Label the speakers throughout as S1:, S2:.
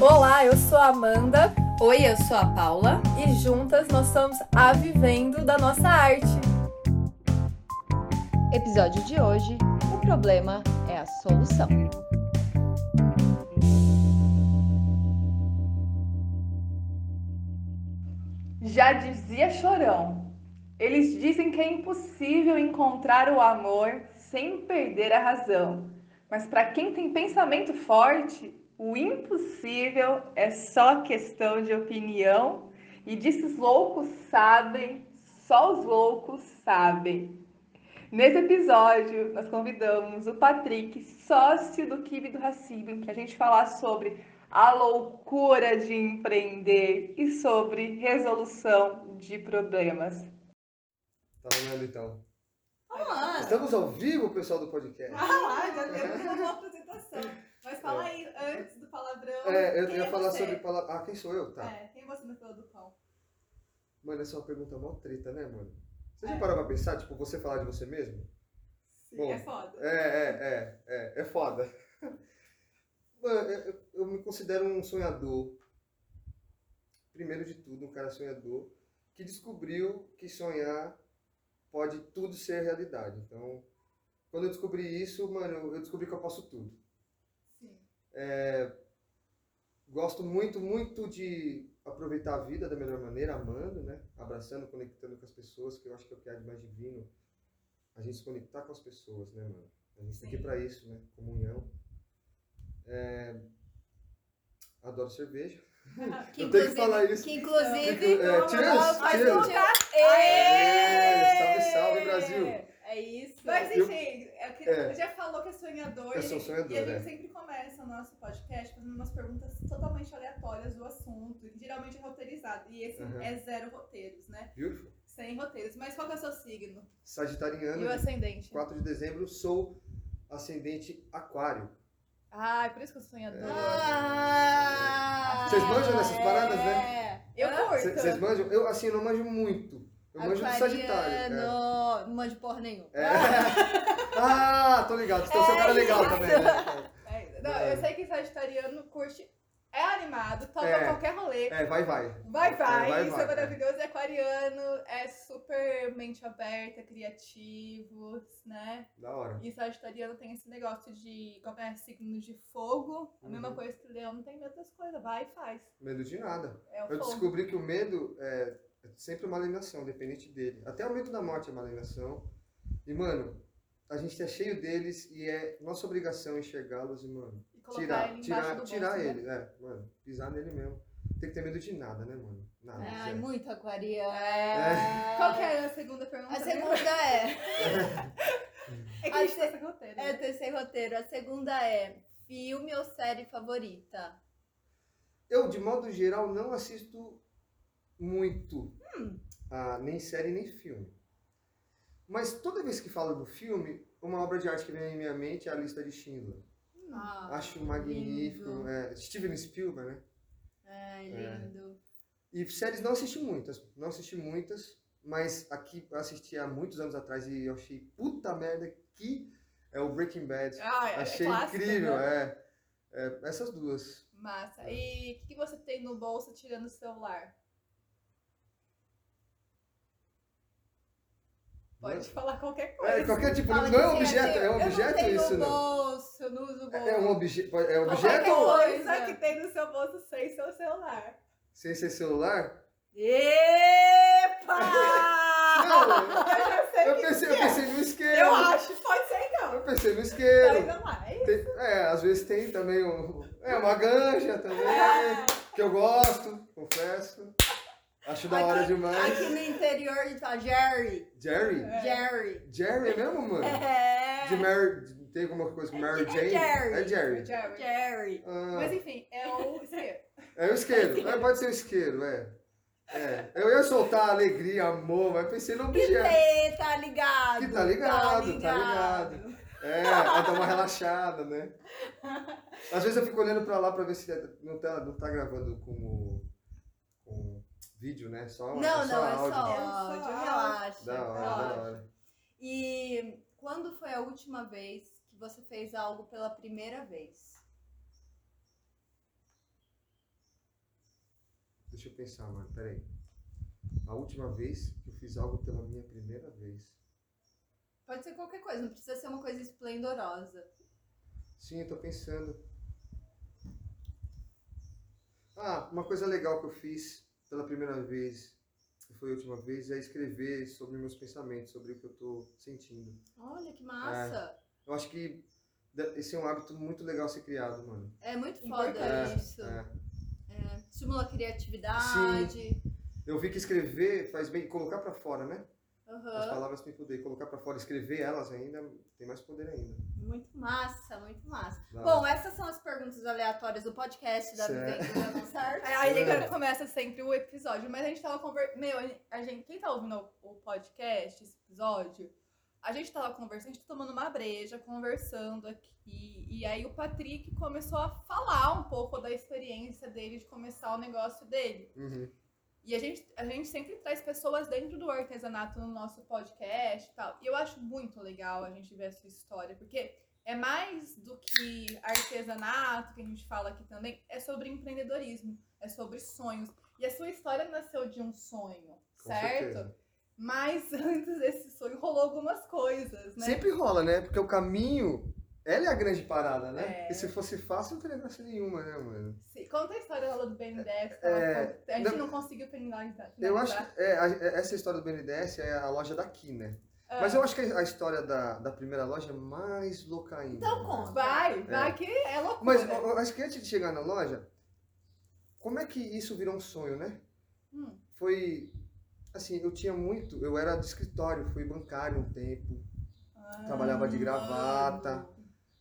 S1: Olá, eu sou a Amanda
S2: Oi, eu sou a Paula.
S1: e juntas nós somos a Vivendo da Nossa Arte.
S3: Episódio de hoje: o problema é a solução.
S4: Já dizia Chorão. Eles dizem que é impossível encontrar o amor sem perder a razão. Mas para quem tem pensamento forte, o impossível é só questão de opinião. E disso os loucos sabem, só os loucos sabem. Nesse episódio, nós convidamos o Patrick, sócio do Kibe do Racismo, para a gente falar sobre a loucura de empreender e sobre resolução de problemas.
S5: Tá rolando então.
S2: Olá!
S5: Estamos ao vivo, pessoal do podcast.
S2: Olá, Tá já temos uma boa apresentação. Mas fala aí, antes do palavrão.
S5: É, eu
S2: quem
S5: ia
S2: é
S5: falar
S2: você?
S5: sobre palavra. Ah, quem sou eu? Tá.
S2: É, quem você no fila do pão?
S5: Mano, essa é uma pergunta mó treta, né, mano? Você já parou pra pensar, tipo, você falar de você mesmo?
S2: Sim,
S5: Bom.
S2: é foda.
S5: É, é, é, é, é foda. Mano, eu, eu- eu me considero um sonhador. Primeiro de tudo, um cara sonhador que descobriu que sonhar pode tudo ser realidade. Então, quando eu descobri isso, mano, eu- eu descobri que eu posso tudo. É,
S2: Sim.
S5: Gosto muito, muito de aproveitar a vida da melhor maneira, amando, né? Abraçando, conectando com as pessoas, que eu acho que é o que há de mais divino. A gente se conectar com as pessoas, né, mano? A gente tem que ir pra isso, né? Comunhão. É... Adoro cerveja.
S6: Ah, Que
S5: eu tenho
S6: inclusive-
S5: que falar isso.
S6: Que inclusive.
S5: é, cheers,
S6: Faz um
S5: cheers.
S6: cheers.
S5: Aê! Salve, salve, Brasil.
S2: É isso.
S1: Mas
S5: Eu-
S1: enfim, eu que-
S5: é.
S1: já falou que é sonhador,
S5: Eu sou
S1: e-
S5: sonhador,
S1: e a gente
S5: é.
S1: sempre começa o nosso podcast fazendo umas perguntas totalmente aleatórias do assunto, e geralmente é roteirizado, e esse
S5: Uhum.
S1: é zero roteiros, né?
S5: Beautiful.
S1: Sem roteiros. Mas qual que é o seu signo?
S5: Sagitariano,
S1: E o
S5: de
S1: ascendente?
S5: 4 de dezembro, sou ascendente aquário.
S1: Ah, é por isso que eu sou sonhador.
S6: Ah,
S5: Vocês manjam dessas paradas, né?
S1: né? Eu curto.
S5: Vocês manjam? Eu, assim, eu não manjo muito. Eu manjo do Sagitário. é.
S6: Aquariano. Não manjo porra nenhuma.
S5: É. Ah, tô ligado. Então você é um cara legal também, né?
S1: É, não, eu sei que sagitariano curte, é animado, topa
S5: É.
S1: qualquer rolê.
S5: É, vai, vai.
S1: Vai, vai,
S5: É, vai,
S1: isso é
S5: vai.
S1: maravilhoso. E aquariano é super mente aberta, é criativo, né?
S5: Da hora.
S1: E sagitariano tem esse negócio de, como é signo de fogo, a mesma
S5: Uhum.
S1: coisa que leão, não tem medo das coisas, vai e faz.
S5: Medo de nada.
S1: É o
S5: Eu
S1: fogo.
S5: descobri que o medo é é sempre uma alienação, dependente dele. Até o medo da morte é uma alienação. E, mano, a gente é cheio deles e é nossa obrigação enxergá-los e, mano,
S1: E colocar ele
S5: tirar,
S1: embaixo do
S5: tirar, tirar
S1: bolso, né?
S5: ele. É, mano, pisar nele mesmo. Tem que ter medo de nada, né, mano? Nada.
S6: Ai,
S1: É,
S5: zero.
S6: muito aquariano.
S1: Qual que é a segunda pergunta?
S6: A segunda é.
S1: É que a gente tá sem roteiro, né?
S6: É, tem sem roteiro. A segunda é. Filme ou série favorita?
S5: Eu, de modo geral, não assisto muito
S1: Hum.
S5: a nem série nem filme. Mas toda vez que falo do filme, uma obra de arte que vem em minha mente é a lista de Schindler.
S6: Ah,
S5: Acho magnífico. É, Steven Spielberg, né?
S1: É,
S5: É.
S6: Ai, lindo.
S5: E séries não assisti muitas. Não assisti muitas, mas aqui eu assisti há muitos anos atrás e eu achei puta merda que é o Breaking Bad.
S1: Ah, é
S5: achei
S1: clássico,
S5: incrível,
S1: né?
S5: é. É, Essas duas.
S1: Massa. E o que, que você tem no bolso tirando o celular? Pode
S5: Mas-
S1: falar qualquer coisa.
S5: É, qualquer tipo,
S6: Fala
S5: não
S6: de
S5: é um objeto,
S6: criativo.
S5: é um
S6: eu não
S5: objeto
S6: tenho
S5: isso, não.
S6: bolso, não uso bolso.
S5: É um obje... pode- é
S1: Qualquer
S5: objeto?
S6: Qual-
S1: coisa
S6: Coisa.
S1: que tem no seu bolso sem seu celular.
S5: Sem ser celular?
S6: Epa!
S5: Não,
S1: Eu já sei
S5: eu
S1: que
S5: pensei, eu pensei no isqueiro.
S1: eu acho, pode ser então.
S5: Eu pensei no
S1: Mas
S5: isqueiro.
S1: não mais.
S5: Tem- é, às vezes tem também um, é, uma ganja também, que eu gosto, confesso. Acho da hora demais.
S6: Aqui no interior está Jerry.
S5: Jerry?
S1: É.
S6: Jerry.
S5: Jerry mesmo, mano?
S6: É.
S5: De Mary... Tem alguma coisa com Mary
S6: É
S5: Jane?
S6: Jerry.
S5: É Jerry.
S1: Jerry.
S6: Jerry.
S5: Ah,
S1: Mas enfim, é o isqueiro.
S5: é o isqueiro. É, pode ser o isqueiro, é. É, eu ia soltar alegria, amor, mas pensei no
S6: Que
S5: objeto.
S6: tê, tá ligado?
S5: Que tá ligado, tá É, pra dar uma relaxada, né? Às vezes eu fico olhando pra lá pra ver se não tá, não tá gravando com, com vídeo, né? Só,
S6: Não,
S5: só
S6: não, é só é
S5: áudio.
S1: É só
S6: áudio,
S1: áudio.
S6: relaxa.
S5: Da hora,
S6: relaxa.
S5: da hora.
S6: E quando foi a última vez que você fez algo pela primeira vez?
S5: Deixa eu pensar, mano. Peraí. A última vez que eu fiz algo pela minha primeira vez.
S6: Pode ser qualquer coisa, não precisa ser uma coisa esplendorosa.
S5: Sim, eu tô pensando. Ah, uma coisa legal que eu fiz pela primeira vez, que foi a última vez, é escrever sobre meus pensamentos, sobre o que eu tô sentindo. É.
S6: Olha que massa!
S5: Eu acho que de- esse é um hábito muito legal a ser criado, mano.
S6: É, muito foda
S5: Importante.
S6: isso.
S5: É.
S6: Estimula a criatividade.
S5: Eu vi que escrever faz bem, colocar pra fora, né? As
S6: Aham.
S5: palavras têm poder, colocar pra fora, escrever elas ainda tem mais poder ainda.
S1: É.
S6: Muito massa, muito massa.
S5: Dá-
S6: Bom, essas são as perguntas aleatórias do podcast da
S5: Ah. Certo.
S6: Vivência da Nossa Arte.
S1: Aí agora começa sempre o episódio, mas a gente tava conversando. Meu, a gen- a gente, quem tá ouvindo o- o podcast, esse episódio, a gente tava conversando, a gente tá tomando uma breja, conversando aqui. E aí o Patrick começou a falar um pouco da experiência dele de começar o negócio dele.
S5: Uhum.
S1: E a gente, a gente sempre traz pessoas dentro do artesanato no nosso podcast e tal. E eu acho muito legal a gente ver a sua história, porque é mais do que artesanato, que a gente fala aqui também, é sobre empreendedorismo, é sobre sonhos. E a sua história nasceu de um sonho,
S5: Com
S1: certo?
S5: certeza.
S1: Mas antes desse sonho rolou algumas coisas, né?
S5: Sempre rola, né? Porque o caminho, ela é a grande parada, né?
S1: É.
S5: Porque se fosse fácil, não teria graça nenhuma, né, mano?
S1: Sim. Conta a história lá do BNDES.
S5: É,
S1: a gente
S5: não-
S1: não, conseguiu então, né, finalizar.
S5: Eu acho que é, a- é- essa história do BNDES é a loja daqui, né?
S1: Ah.
S5: Mas eu acho que a história da, da primeira loja é mais louca ainda.
S6: Então conta.
S1: Vai, vai que é loucura.
S5: Mas eu- eu acho que antes de chegar na loja, como é que isso virou um sonho, né?
S1: Hum.
S5: Foi assim, eu tinha muito, eu era de escritório, fui bancário um tempo,
S1: Ah,
S5: trabalhava de gravata.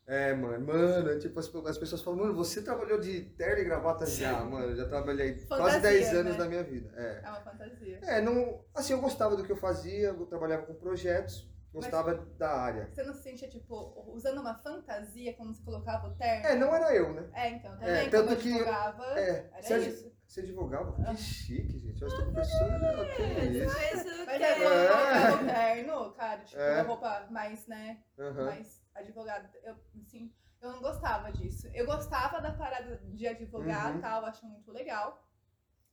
S5: É, mano, mano, tipo, as, as pessoas falam, mano, você trabalhou de terno e gravata já, mano, eu já trabalhei quase
S1: Fantasia,
S5: 10 anos
S1: né?
S5: da minha vida. É.
S1: É uma fantasia.
S5: É, não, assim, eu gostava do que eu fazia, eu trabalhava com projetos, gostava da área.
S1: Você não se sentia, tipo, usando uma fantasia quando você colocava o terno?
S5: É, não era eu, né?
S1: É, então, também,
S5: É, tanto
S1: quando eu
S5: que-
S1: divulgava,
S5: É,
S1: era
S5: se a gente-
S1: isso. Ah.
S5: Você advogava? Que chique, gente. Eu estou conversando. ah, Que
S1: é,
S5: isso.
S6: Isso
S1: Mas
S6: que
S1: aí quando
S5: É.
S1: eu colocava o terno, cara, tipo,
S5: É.
S1: uma roupa mais, né,
S5: Aham.
S1: mais advogada, eu, assim, eu não gostava disso. Eu gostava da parada de advogar
S5: Uhum.
S1: e tal, acho muito legal.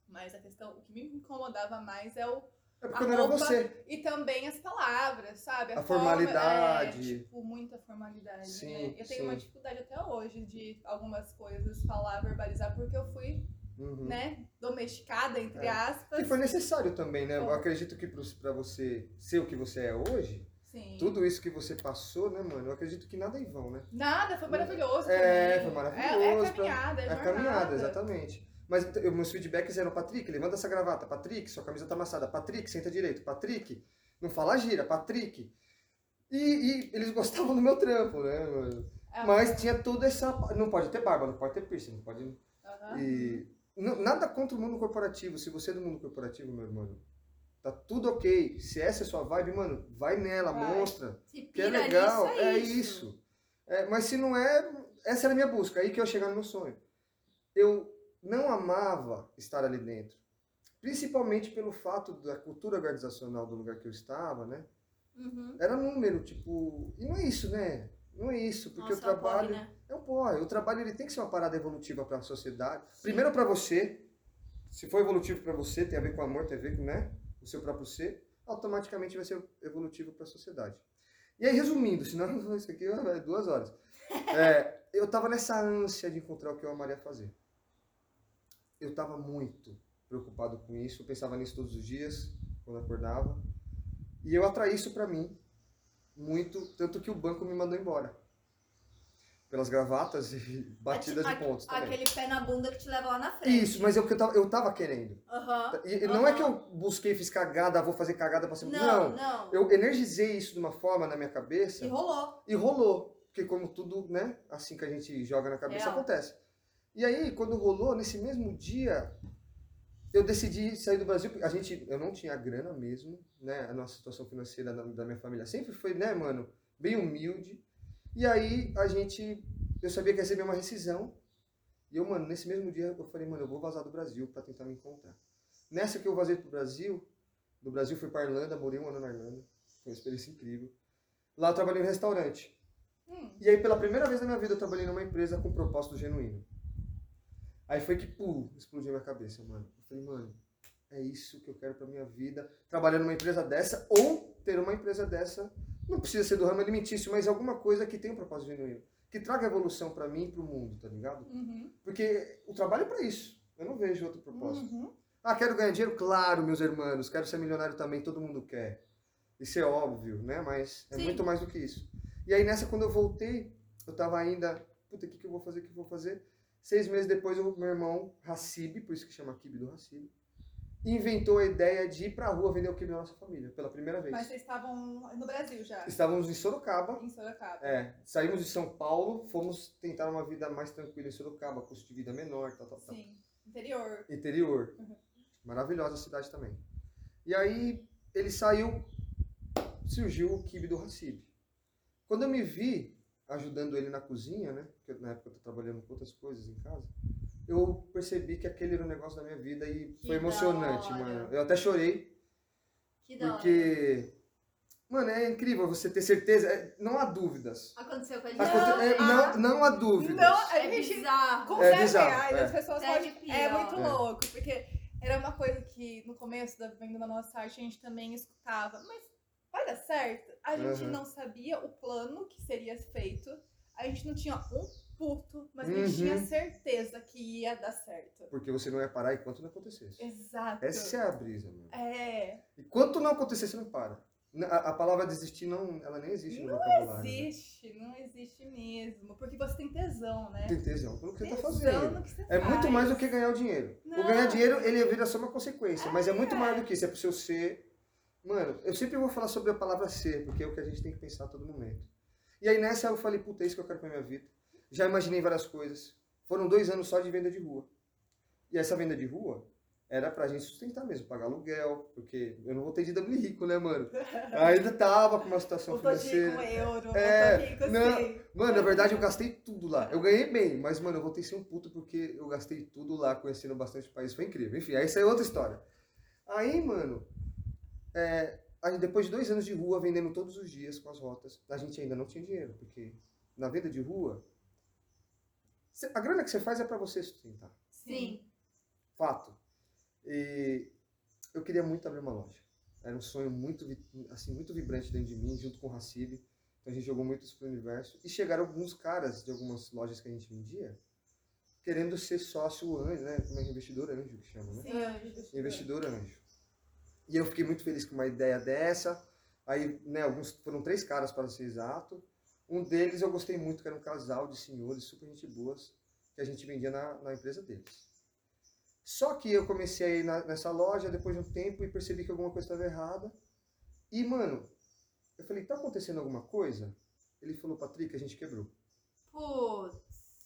S1: Mas a questão, o que me incomodava mais é o...
S5: É
S1: a
S5: porque não era
S1: roupa-
S5: você.
S1: E também as palavras, sabe?
S5: A
S1: forma-
S5: formalidade.
S1: é, tipo, muita formalidade.
S5: Sim,
S1: né? Eu tenho
S5: sim.
S1: uma dificuldade até hoje de algumas coisas falar, verbalizar, porque eu fui,
S5: Uhum.
S1: né, domesticada, entre
S5: É.
S1: aspas.
S5: E foi necessário também, né? Eu
S1: Foi.
S5: acredito que para você ser o que você é hoje,
S1: Sim.
S5: tudo isso que você passou, né, mano? Eu acredito que nada é em vão, né?
S1: Nada, foi maravilhoso.
S5: É,
S1: também.
S5: foi maravilhoso,
S1: É, é
S5: pra-
S1: caminhada, é,
S5: É a
S1: jornada.
S5: caminhada, exatamente. Mas t- eu- meus feedbacks eram, Patrick, levanta essa gravata. Patrick, sua camisa tá amassada. Patrick, senta direito. Patrick, não fala gira. Patrick. E, e eles gostavam do meu trampo, né, mano?
S1: É,
S5: Mas tinha toda essa... Não pode ter barba, não pode ter piercing, não pode...
S1: aham.
S5: E n- nada contra o mundo corporativo. Se você é do mundo corporativo, meu irmão, tá tudo ok. Se essa é a sua vibe, mano, vai nela,
S1: Vai.
S5: mostra.
S6: Se
S5: Que é
S6: pira
S5: legal,
S6: nisso,
S5: é isso. É, mas se não é, essa era a minha busca. Aí que eu chegar no meu sonho. Eu não amava estar ali dentro. Principalmente pelo fato da cultura organizacional do lugar que eu estava, né?
S1: é.
S6: Uhum.
S5: Era número, tipo... E não é isso, né? Não é isso, porque
S6: Nossa,
S5: eu trabalho...
S6: apoio, né?
S5: É um porra. O trabalho ele tem que ser uma parada evolutiva para a sociedade. Primeiro para você. Se for evolutivo para você, tem a ver com amor, tem a ver com né, o seu próprio ser, automaticamente vai ser evolutivo para a sociedade. E aí, resumindo, senão isso aqui é duas horas. É, eu tava nessa ânsia de encontrar o que eu amaria fazer. Eu tava muito preocupado com isso, eu pensava nisso todos os dias, quando eu acordava. E eu atraí isso para mim muito, tanto que o banco me mandou embora. Pelas gravatas e batidas de
S6: Aque-
S5: pontos também.
S6: Aquele pé na bunda que te leva lá na frente.
S5: Isso, mas é o que eu tava, eu tava querendo.
S6: Aham.
S5: E, e não é
S6: Ah, Aham.
S5: que eu busquei, fiz cagada, vou fazer cagada pra sempre.
S6: Não,
S5: assim, Não,
S6: não.
S5: Eu energizei isso de uma forma na minha cabeça
S6: E rolou.
S5: e rolou. Porque como tudo, né? Assim que a gente joga na cabeça,
S6: Real.
S5: acontece. E aí, quando rolou, nesse mesmo dia, eu decidi sair do Brasil. porque A gente, eu não tinha grana mesmo, né? A nossa situação financeira da, da minha família sempre foi, né, mano? Bem humilde. E aí, a gente, eu sabia que ia receber uma rescisão. E eu, mano, nesse mesmo dia, eu falei, mano, eu vou vazar do Brasil pra tentar me encontrar. Nessa que eu vazei pro Brasil, do Brasil fui pra Irlanda, morei um ano na Irlanda. Foi uma experiência incrível. Lá eu trabalhei em um restaurante.
S1: Hum,
S5: E aí, pela primeira vez na minha vida, eu trabalhei numa empresa com propósito genuíno. Aí foi que, pum, explodiu minha cabeça, mano. Eu falei, mano, é isso que eu quero pra minha vida. Trabalhar numa empresa dessa ou ter uma empresa dessa. Não precisa ser do ramo alimentício, mas alguma coisa que tenha um propósito genuíno. Que traga evolução pra mim e pro mundo, tá ligado?
S1: Uhum.
S5: Porque o trabalho é pra isso. Eu não vejo outro propósito.
S1: Uhum.
S5: Ah, quero ganhar dinheiro? Claro, meus irmãos. Quero ser milionário também, todo mundo quer. Isso é óbvio, né? Mas é
S6: Sim.
S5: muito mais do que isso. E aí nessa, quando eu voltei, eu tava ainda, puta, o que, que eu vou fazer, o que eu vou fazer? Seis meses depois, eu- meu irmão, Hacib, por isso que chama Kibe do Hacib, inventou a ideia de ir pra rua vender o quibe da nossa família, pela primeira vez.
S1: Mas vocês estavam no Brasil já,
S5: Estávamos em Sorocaba,
S1: em Sorocaba.
S5: é, saímos de São Paulo, fomos tentar uma vida mais tranquila em Sorocaba, custo de vida menor, tal, tal, tal
S1: Sim, interior.
S5: interior.
S6: Uhum.
S5: Maravilhosa cidade também. E aí ele saiu, surgiu o kibe do Hacib. Quando eu me vi ajudando ele na cozinha, né? Porque na época eu tô trabalhando com outras coisas em casa. Eu percebi que aquele era o negócio da minha vida e
S6: Que
S5: foi
S6: da
S5: emocionante,
S6: hora.
S5: mano. Eu até chorei
S6: Que da hora.
S5: porque mano, é incrível você ter certeza, é- não há dúvidas.
S6: Aconteceu com a gente.
S5: Aconte- é, não, não há dúvidas.
S1: Não, a
S6: ah, É
S1: gente
S6: bizarro.
S1: Com
S5: É
S1: 10
S5: bizarro,
S1: reais,
S5: é.
S1: as pessoas
S6: Dez
S1: podem.
S6: de
S1: É
S6: pior.
S1: muito
S5: É.
S1: louco, porque era uma coisa que no começo da venda da nossa arte a gente também escutava. Mas vai dar certo? A gente
S5: Uhum.
S1: não sabia o plano que seria feito. A gente não tinha um puto, mas a gente
S5: Uhum.
S1: tinha certeza que ia dar certo.
S5: Porque você não ia parar enquanto não acontecesse.
S1: Exato.
S5: Essa é a brisa, mano.
S1: É,
S5: Enquanto não acontecer, você não para. Na- A, a palavra desistir, não, ela nem existe no vocabulário. né?
S1: não existe, não existe mesmo. Porque você tem tesão, né?
S5: Né? Tem tesão pelo que você tá
S1: tesão
S5: fazendo.
S1: no que você
S5: É
S1: faz.
S5: muito mais do que ganhar o dinheiro. O
S6: Não.
S5: ganhar dinheiro, ele vira só uma consequência, mas é muito
S1: É.
S5: mais do que isso. É pro seu ser. Mano, eu sempre vou falar sobre a palavra ser, porque é o que a gente tem que pensar a todo momento. E aí nessa eu falei, puta, é isso que eu quero pra minha vida. Já imaginei várias coisas. Foram dois anos só de venda de rua. E essa venda de rua era pra gente sustentar mesmo, pagar aluguel, porque eu não voltei de W rico, né, mano? Ainda tava com uma situação
S1: Eu tô rico
S5: financeira.
S1: com euro,
S5: É,
S1: eu tô rico
S5: não,
S1: assim.
S5: Mano, na verdade eu gastei tudo lá. Eu ganhei bem, mas mano, eu voltei sem um puto porque eu gastei tudo lá, conhecendo bastante país, foi incrível. Enfim, aí saiu outra história. Aí, mano, é, aí depois de dois anos de rua, vendendo todos os dias com as rotas, a gente ainda não tinha dinheiro, porque na venda de rua, cê- a grana que você faz é pra você sustentar.
S1: assim.
S6: Sim.
S5: Fato. E eu queria muito abrir uma loja. Era um sonho muito, vi- assim, muito vibrante dentro de mim, junto com o Hacib. Então a gente jogou muito isso pro universo. E chegaram alguns caras de algumas lojas que a gente vendia, querendo ser sócio anjo, né? Como é que é? investidor anjo que chama, né?
S1: Sim,
S5: Investidor. anjo. E eu fiquei muito feliz com uma ideia dessa. Aí, né, alguns foram três caras para ser exato. Um deles eu gostei muito, que era um casal de senhores, super gente boas, que a gente vendia na, na empresa deles. Só que eu comecei a ir na- nessa loja depois de um tempo e percebi que alguma coisa estava errada. E, mano, eu falei, tá acontecendo alguma coisa? Ele falou, Patrick, a gente quebrou.
S6: Putz.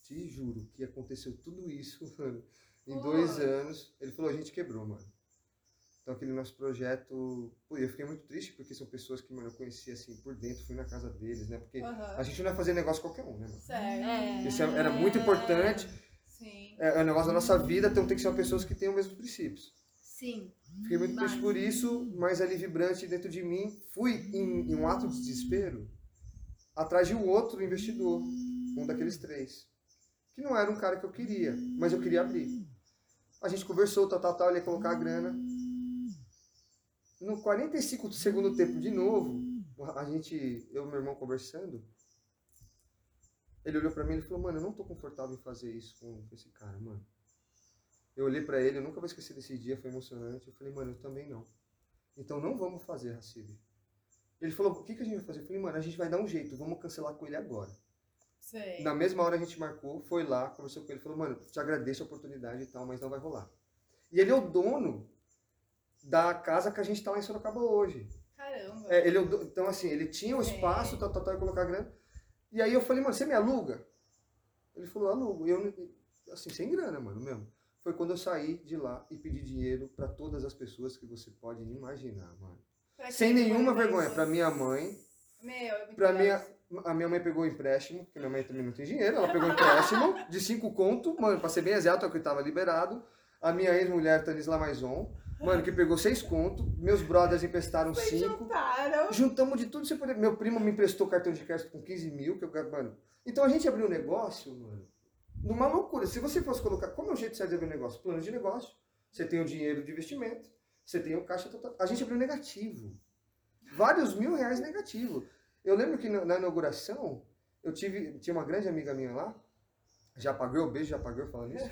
S5: Te juro que aconteceu tudo isso, mano. Em dois
S6: Putz.
S5: anos, ele falou, a gente quebrou, mano. Então aquele nosso projeto. Pô, eu fiquei muito triste, porque são pessoas que, mano, eu conheci assim por dentro, fui na casa deles, né? Porque
S1: Aham.
S5: a gente não ia fazer negócio com qualquer um, né, mano?
S1: Certo.
S5: Isso é- era muito importante,
S1: Sim.
S5: é, é um negócio da nossa vida, então tem que ser pessoas que tenham os mesmos princípios.
S6: Sim.
S5: Fiquei muito
S6: Demais.
S5: triste por isso, mas ali vibrante dentro de mim, fui em, em um ato de desespero atrás de um outro investidor, um daqueles três, que não era um cara que eu queria, mas eu queria abrir. A gente conversou, tal, tal, tal, ele ia colocar a grana. No 45 do segundo tempo, de novo, a gente, eu e meu irmão conversando, ele olhou pra mim e falou, mano, eu não tô confortável em fazer isso com esse cara, mano. Eu olhei pra ele, eu nunca vou esquecer desse dia, foi emocionante. Eu falei, mano, eu também não. Então não vamos fazer, Hacib. Ele falou, o que, que a gente vai fazer? Eu falei, mano, a gente vai dar um jeito, vamos cancelar com ele agora.
S1: Sei.
S5: Na mesma hora a gente marcou, foi lá, conversou com ele, falou, mano, te agradeço a oportunidade e tal, mas não vai rolar. E ele é o dono da casa que a gente tá lá em Sorocaba hoje.
S1: Caramba.
S5: É, ele é o do- então, assim, ele tinha o espaço, tal, tal, tal, e colocar grana. E aí eu falei, mano, você me aluga? Ele falou, alugo. E eu, assim, sem grana, mano, mesmo. Foi quando eu saí de lá e pedi dinheiro pra todas as pessoas que você pode imaginar, mano.
S1: Pra quem
S5: Sem
S1: foi
S5: nenhuma
S1: pra
S5: vergonha.
S1: isso?
S5: Pra minha mãe,
S1: Meu, é muito
S5: pra
S1: legal
S5: minha,
S1: isso.
S5: a minha mãe pegou o empréstimo, porque minha mãe também não tem dinheiro, ela pegou o empréstimo de cinco conto, mano, pra ser bem exato, é o que tava liberado. A minha ex-mulher, Tanis Lamaison, mano, que pegou seis conto. Meus brothers emprestaram
S1: Vocês
S5: cinco.
S1: juntaram.
S5: Juntamos de tudo que você poder. Meu primo me emprestou cartão de crédito com 15 mil, que eu, mano. Então a gente abriu um negócio, mano, numa loucura. Se você fosse colocar, como é o jeito certo de abrir um negócio? Plano de negócio. Você tem o dinheiro de investimento, você tem o caixa total. A gente abriu negativo. Vários mil reais negativo. Eu lembro que na na inauguração, eu tive, tinha uma grande amiga minha lá, já pagou, beijo, já pagou falando isso.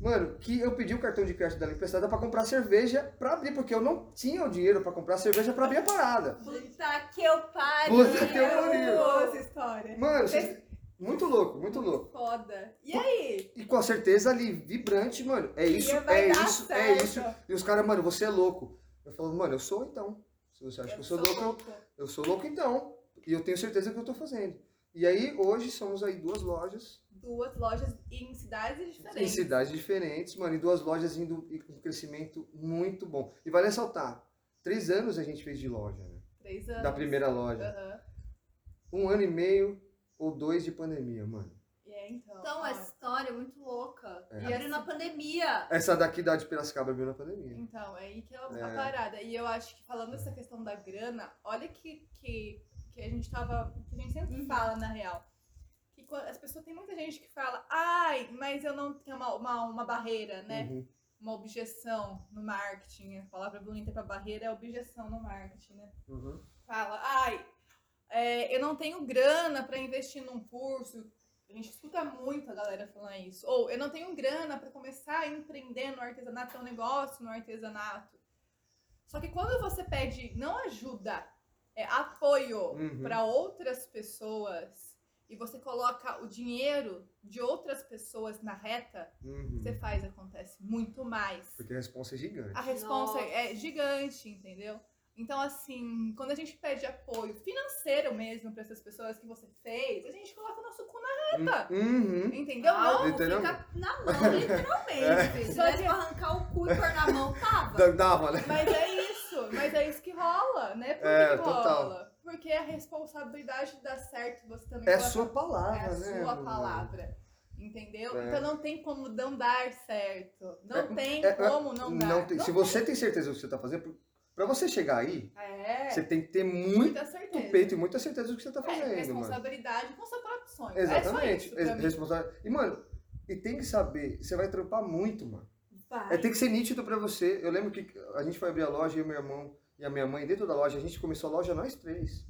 S5: Mano, que eu pedi o cartão de crédito dela emprestada pra comprar cerveja pra abrir, porque eu não tinha o dinheiro pra comprar cerveja pra abrir a parada.
S6: Puta que eu pariu!
S5: Puta que eu
S7: Eu
S5: pariu.
S7: amo essa história.
S5: Mano, vocês- muito louco, muito louco.
S7: Foda.
S5: É
S1: E aí?
S5: E com a certeza ali, vibrante, mano. É isso,
S7: E vai
S5: é
S7: dar
S5: isso, é
S7: certo.
S5: isso. E os caras, mano, você é louco. Eu falo, mano, eu sou então. Se você acha que eu sou louco, eu- eu sou louco então. E eu tenho certeza que eu tô fazendo. E aí, hoje, somos aí duas lojas
S1: Duas lojas em cidades
S5: em
S1: diferentes.
S5: cidades diferentes, mano, e duas lojas indo e com um crescimento muito bom. E vale ressaltar, três anos a gente fez de loja, né?
S1: Três anos.
S5: Da primeira loja.
S1: Aham.
S5: Um ano e meio ou dois de pandemia, mano.
S1: E é então.
S6: Então,
S1: ó.
S6: essa história é muito louca.
S5: É.
S6: E era na pandemia.
S5: Essa daqui da de Piracicaba abriu na pandemia.
S1: Então, é aí que é a
S5: É.
S1: parada. E eu acho que falando essa questão da grana, olha que, que, que a gente tava. que a gente sempre fala, na real. Que quando- as pessoas tem muita gente que fala, ai, mas eu não tenho uma, uma, uma barreira, né?
S5: Uhum.
S1: Uma objeção no marketing. A palavra bonita pra barreira é objeção no marketing, né?
S5: Uhum.
S1: fala, ai, é, eu não tenho grana para investir num curso. A gente escuta muito a galera falar isso. Ou eu não tenho grana para começar a empreender no artesanato, ter um negócio no artesanato. Só que quando você pede não ajuda, é apoio
S5: Uhum.
S1: para outras pessoas e você coloca o dinheiro de outras pessoas na reta,
S5: Uhum.
S1: você faz acontece muito mais.
S5: Porque a responsa é gigante.
S1: A responsa
S6: Nossa.
S1: é gigante, entendeu? Então, assim, quando a gente pede apoio financeiro mesmo para essas pessoas que você fez, a gente coloca o nosso cu na reta.
S5: Uhum.
S1: Entendeu?
S6: Ah,
S1: Não,
S5: Literalmente.
S6: Fica na mão,
S5: É.
S6: literalmente. Se
S1: Só
S6: tivesse
S1: que-
S6: pra arrancar o cu e pôr na mão, tava.
S5: Da- Dava, né?
S1: né? mas é isso. Mas é isso que rola, né? Por que
S5: É,
S1: que
S5: total.
S1: rola? Porque a responsabilidade de dar certo você também
S5: É a
S1: coloca-
S5: sua palavra,
S1: é a
S5: né?
S1: sua
S5: mano?
S1: palavra. Entendeu?
S5: É.
S1: Então não tem como não dar certo. Não tem
S5: é, é,
S1: como não dar.
S5: Não tem- se você tem certeza do que você tá fazendo, pra você chegar aí,
S1: É,
S5: você tem que ter muito
S1: muita certeza.
S5: peito e muita certeza do que você tá
S1: É,
S5: fazendo, mano.
S1: responsabilidade com seu próprio sonho. É só
S5: Exatamente.
S1: isso pra
S5: É
S1: mim.
S5: responsável. E, mano, e tem que saber, você vai trampar muito, mano.
S1: Vai.
S5: É, tem que ser nítido pra você. Eu lembro que a gente foi abrir a loja, eu e meu irmão e a minha mãe, dentro da loja, a gente começou a loja nós três.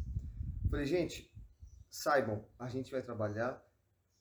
S5: Falei, gente, saibam, a gente vai trabalhar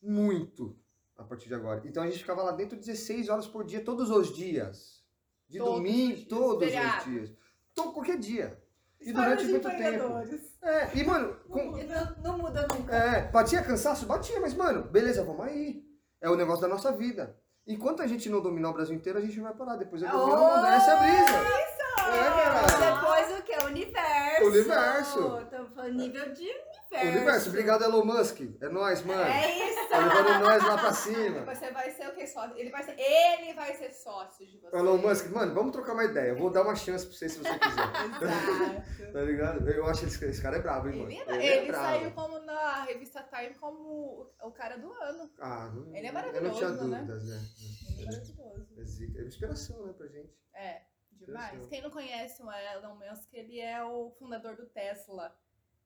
S5: muito a partir de agora. Então a gente ficava lá dentro 16 horas por dia, todos os dias. De
S1: Todos os
S5: domingo,
S1: dias.
S5: todos os
S1: Feriado.
S5: dias. Todo, qualquer dia. E
S7: História
S5: durante
S7: de
S5: muito tempo.
S7: empreendedores.
S5: É, e, mano,
S1: Uhum.
S5: com,
S6: E Não, não muda nunca.
S5: é, batia cansaço? Batia, mas, mano, beleza, vamos aí. É o negócio da nossa vida. Enquanto a gente não dominar o Brasil inteiro, a gente não vai parar. Depois eu domino o mundo. Essa é a brisa. É, cara.
S6: Depois o que? Universo.
S5: Universo.
S6: Tô falando nível de universo.
S5: Universo, obrigado, Elon Musk. É nóis, mano.
S6: É isso.
S5: Tá levando nós lá pra cima.
S1: Você vai ser o que sócio? Ele vai ser, ele vai ser sócio de você.
S5: Elon Musk, mano, vamos trocar uma ideia. Eu vou dar uma chance pra você se você quiser.
S1: Exato.
S5: Tá ligado? Eu acho que esse- esse cara é brabo, hein, mano.
S1: Ele, é- ele saiu como na revista Time como o- o cara do ano.
S5: Ah, não,
S1: Ele é
S5: Eu não tinha
S1: maravilhoso, né?
S5: dúvidas, né?
S1: Ele é maravilhoso.
S5: É zica. É uma inspiração, né, pra gente.
S1: É, demais.
S5: Deus
S1: Quem não conhece o Elon Musk, ele é o fundador do Tesla.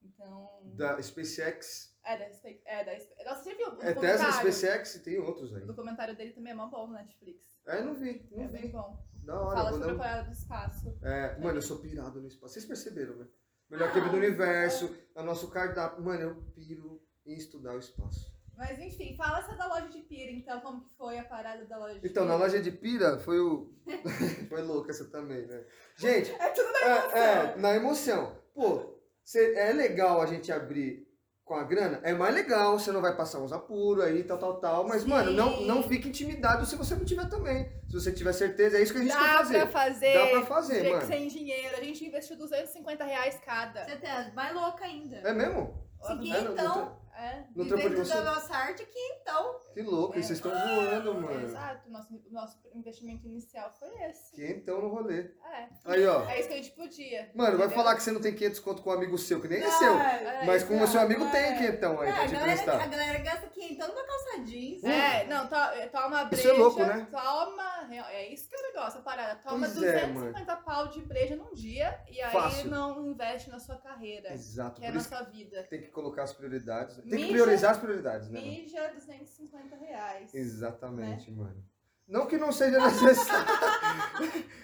S1: Então.
S5: Da SpaceX.
S1: É, da. Spe- É, da Spe- Nossa, você viu? o
S5: É Tesla,
S1: documentário?
S5: SpaceX e tem outros aí.
S1: O documentário dele também é mó bom no Netflix.
S5: É, não vi, não
S1: É
S5: vi.
S1: bem bom.
S5: Da hora,
S1: Fala
S5: vou
S1: sobre a
S5: dar... um
S1: parada do espaço.
S5: é, Mano, eu sou pirado no espaço. Vocês perceberam, né? Melhor que do universo, é o nosso cardápio. Mano, eu piro em estudar o espaço.
S1: Mas enfim, fala essa da loja de pira, então, como que foi a parada da loja de
S5: Então, na
S1: pira?
S5: loja de pira, foi o. foi louca essa também, né? Gente, é tudo na emoção. É, na emoção. Pô, cê- é legal a gente abrir com a grana? É mais legal, você não vai passar uns apuros aí, tal, tal, tal. Mas, mano, não,
S1: Sim.
S5: não fique intimidado se você não tiver também. Se você tiver certeza, é isso que a gente quer
S1: Ah,
S5: fazer.
S1: fazer.
S5: Dá pra fazer,
S1: sem-
S5: mano.
S1: Sem dinheiro. A gente investiu 250 reais cada.
S6: Você tem as mais louca ainda.
S5: É mesmo?
S6: Seguir,
S5: É, não,
S6: então.
S1: É.
S5: No trampo de
S6: Vivendo da
S5: vocês.
S6: nossa arte aqui, então. Ah,
S5: Que louco, e vocês estão voando, mano.
S1: Exato. Nosso, o nosso investimento inicial foi esse.
S5: Que então no rolê.
S1: É.
S5: Aí, ó.
S1: É isso que a gente podia.
S5: Mano, vai
S1: entendeu?
S5: falar que você não tem 500 conto com um amigo seu, que nem é seu.
S6: É,
S1: É,
S5: Mas com o seu amigo tem quinhentão aí
S6: É,
S5: pra
S6: a,
S5: te
S6: galera, a
S5: emprestar.
S6: galera gasta quinhentão na calça jeans.
S1: É, não, É, to- toma breja.
S5: Isso é louco, né?
S1: Toma real. É isso que é o negócio, a parada. Toma
S5: Pois é,
S1: 250 pau de breja num dia e aí
S5: Fácil.
S1: não investe na sua carreira,
S5: Exato.
S1: que é
S5: Por
S1: na
S5: isso
S1: sua vida.
S5: que tem que colocar as prioridades. Tem que
S1: Mídia-
S5: priorizar as prioridades, né? mano?
S1: Mija 250 reais.
S6: né?
S5: Exatamente, mano. Não que não seja necessário.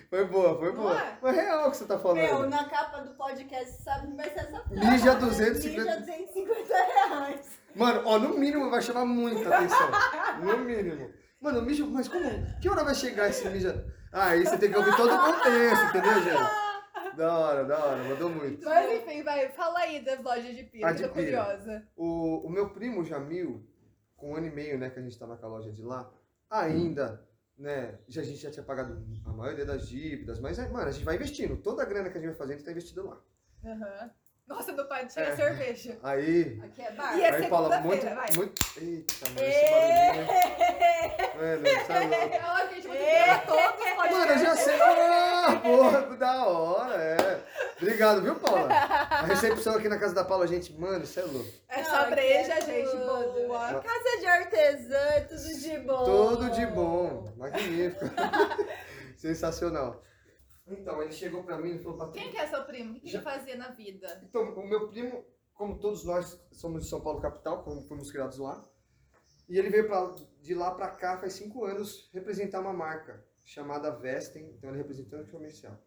S5: foi boa, foi
S1: Não
S5: boa.
S1: é?
S5: Mas é real o que você tá falando.
S6: Meu, na capa do podcast, sabe? Vai ser essa né? frase.
S5: Mija 250.
S6: Mija 250 reais.
S5: Mano, ó, no mínimo vai chamar muita atenção. No mínimo. Mano, mijo, mas como? Que hora vai chegar esse mijo? Ah, aí você tem que ouvir todo o contexto, entendeu, gente? Da hora, da hora, mandou muito.
S1: Mas enfim, vai, fala aí das lojas de
S5: A
S1: pira, que
S5: de
S1: eu tô
S5: pira.
S1: curiosa.
S5: O, o meu primo Jamil, com um ano e meio, né, que a gente tava com a loja de lá, ainda, né, já, a gente já tinha pagado a maioria das dívidas, mas, é, mano, a gente vai investindo. Toda a grana que a gente vai fazendo tá investida lá.
S1: Aham. Nossa, meu pai tinha
S5: É.
S1: cerveja.
S5: Aí,
S6: Aqui é bar.
S1: E é
S5: aí fala muito,
S1: segunda-feira, vai.
S5: muito... Eita, mano, esse barulhinho, né? Mano, sai louco.
S1: É óbvio que a gente vai
S6: É.
S1: ter que gravar todos os
S5: Mano, eu
S1: podcasts.
S5: já sei. Ah, porra, da hora, é. Obrigado, viu, Paula? A recepção aqui na casa da Paula, gente, mano, isso é louco.
S1: É
S6: Não,
S1: só
S6: aqui
S1: breja,
S6: é
S1: gente
S6: tudo.
S1: boa.
S5: Não.
S6: Casa de artesã, é tudo de bom.
S5: É. Tudo de bom, magnífico. Sensacional. Então, ele chegou pra mim e falou,
S1: Quem
S5: Patrícia.
S1: que é seu primo? O que
S5: Já-
S1: ele fazia na vida?
S5: Então, o meu primo, como todos nós somos de São Paulo capital, como fomos criados lá, e ele veio pra- de lá pra cá faz cinco anos representar uma marca chamada Vestem, então ele representou no comercial.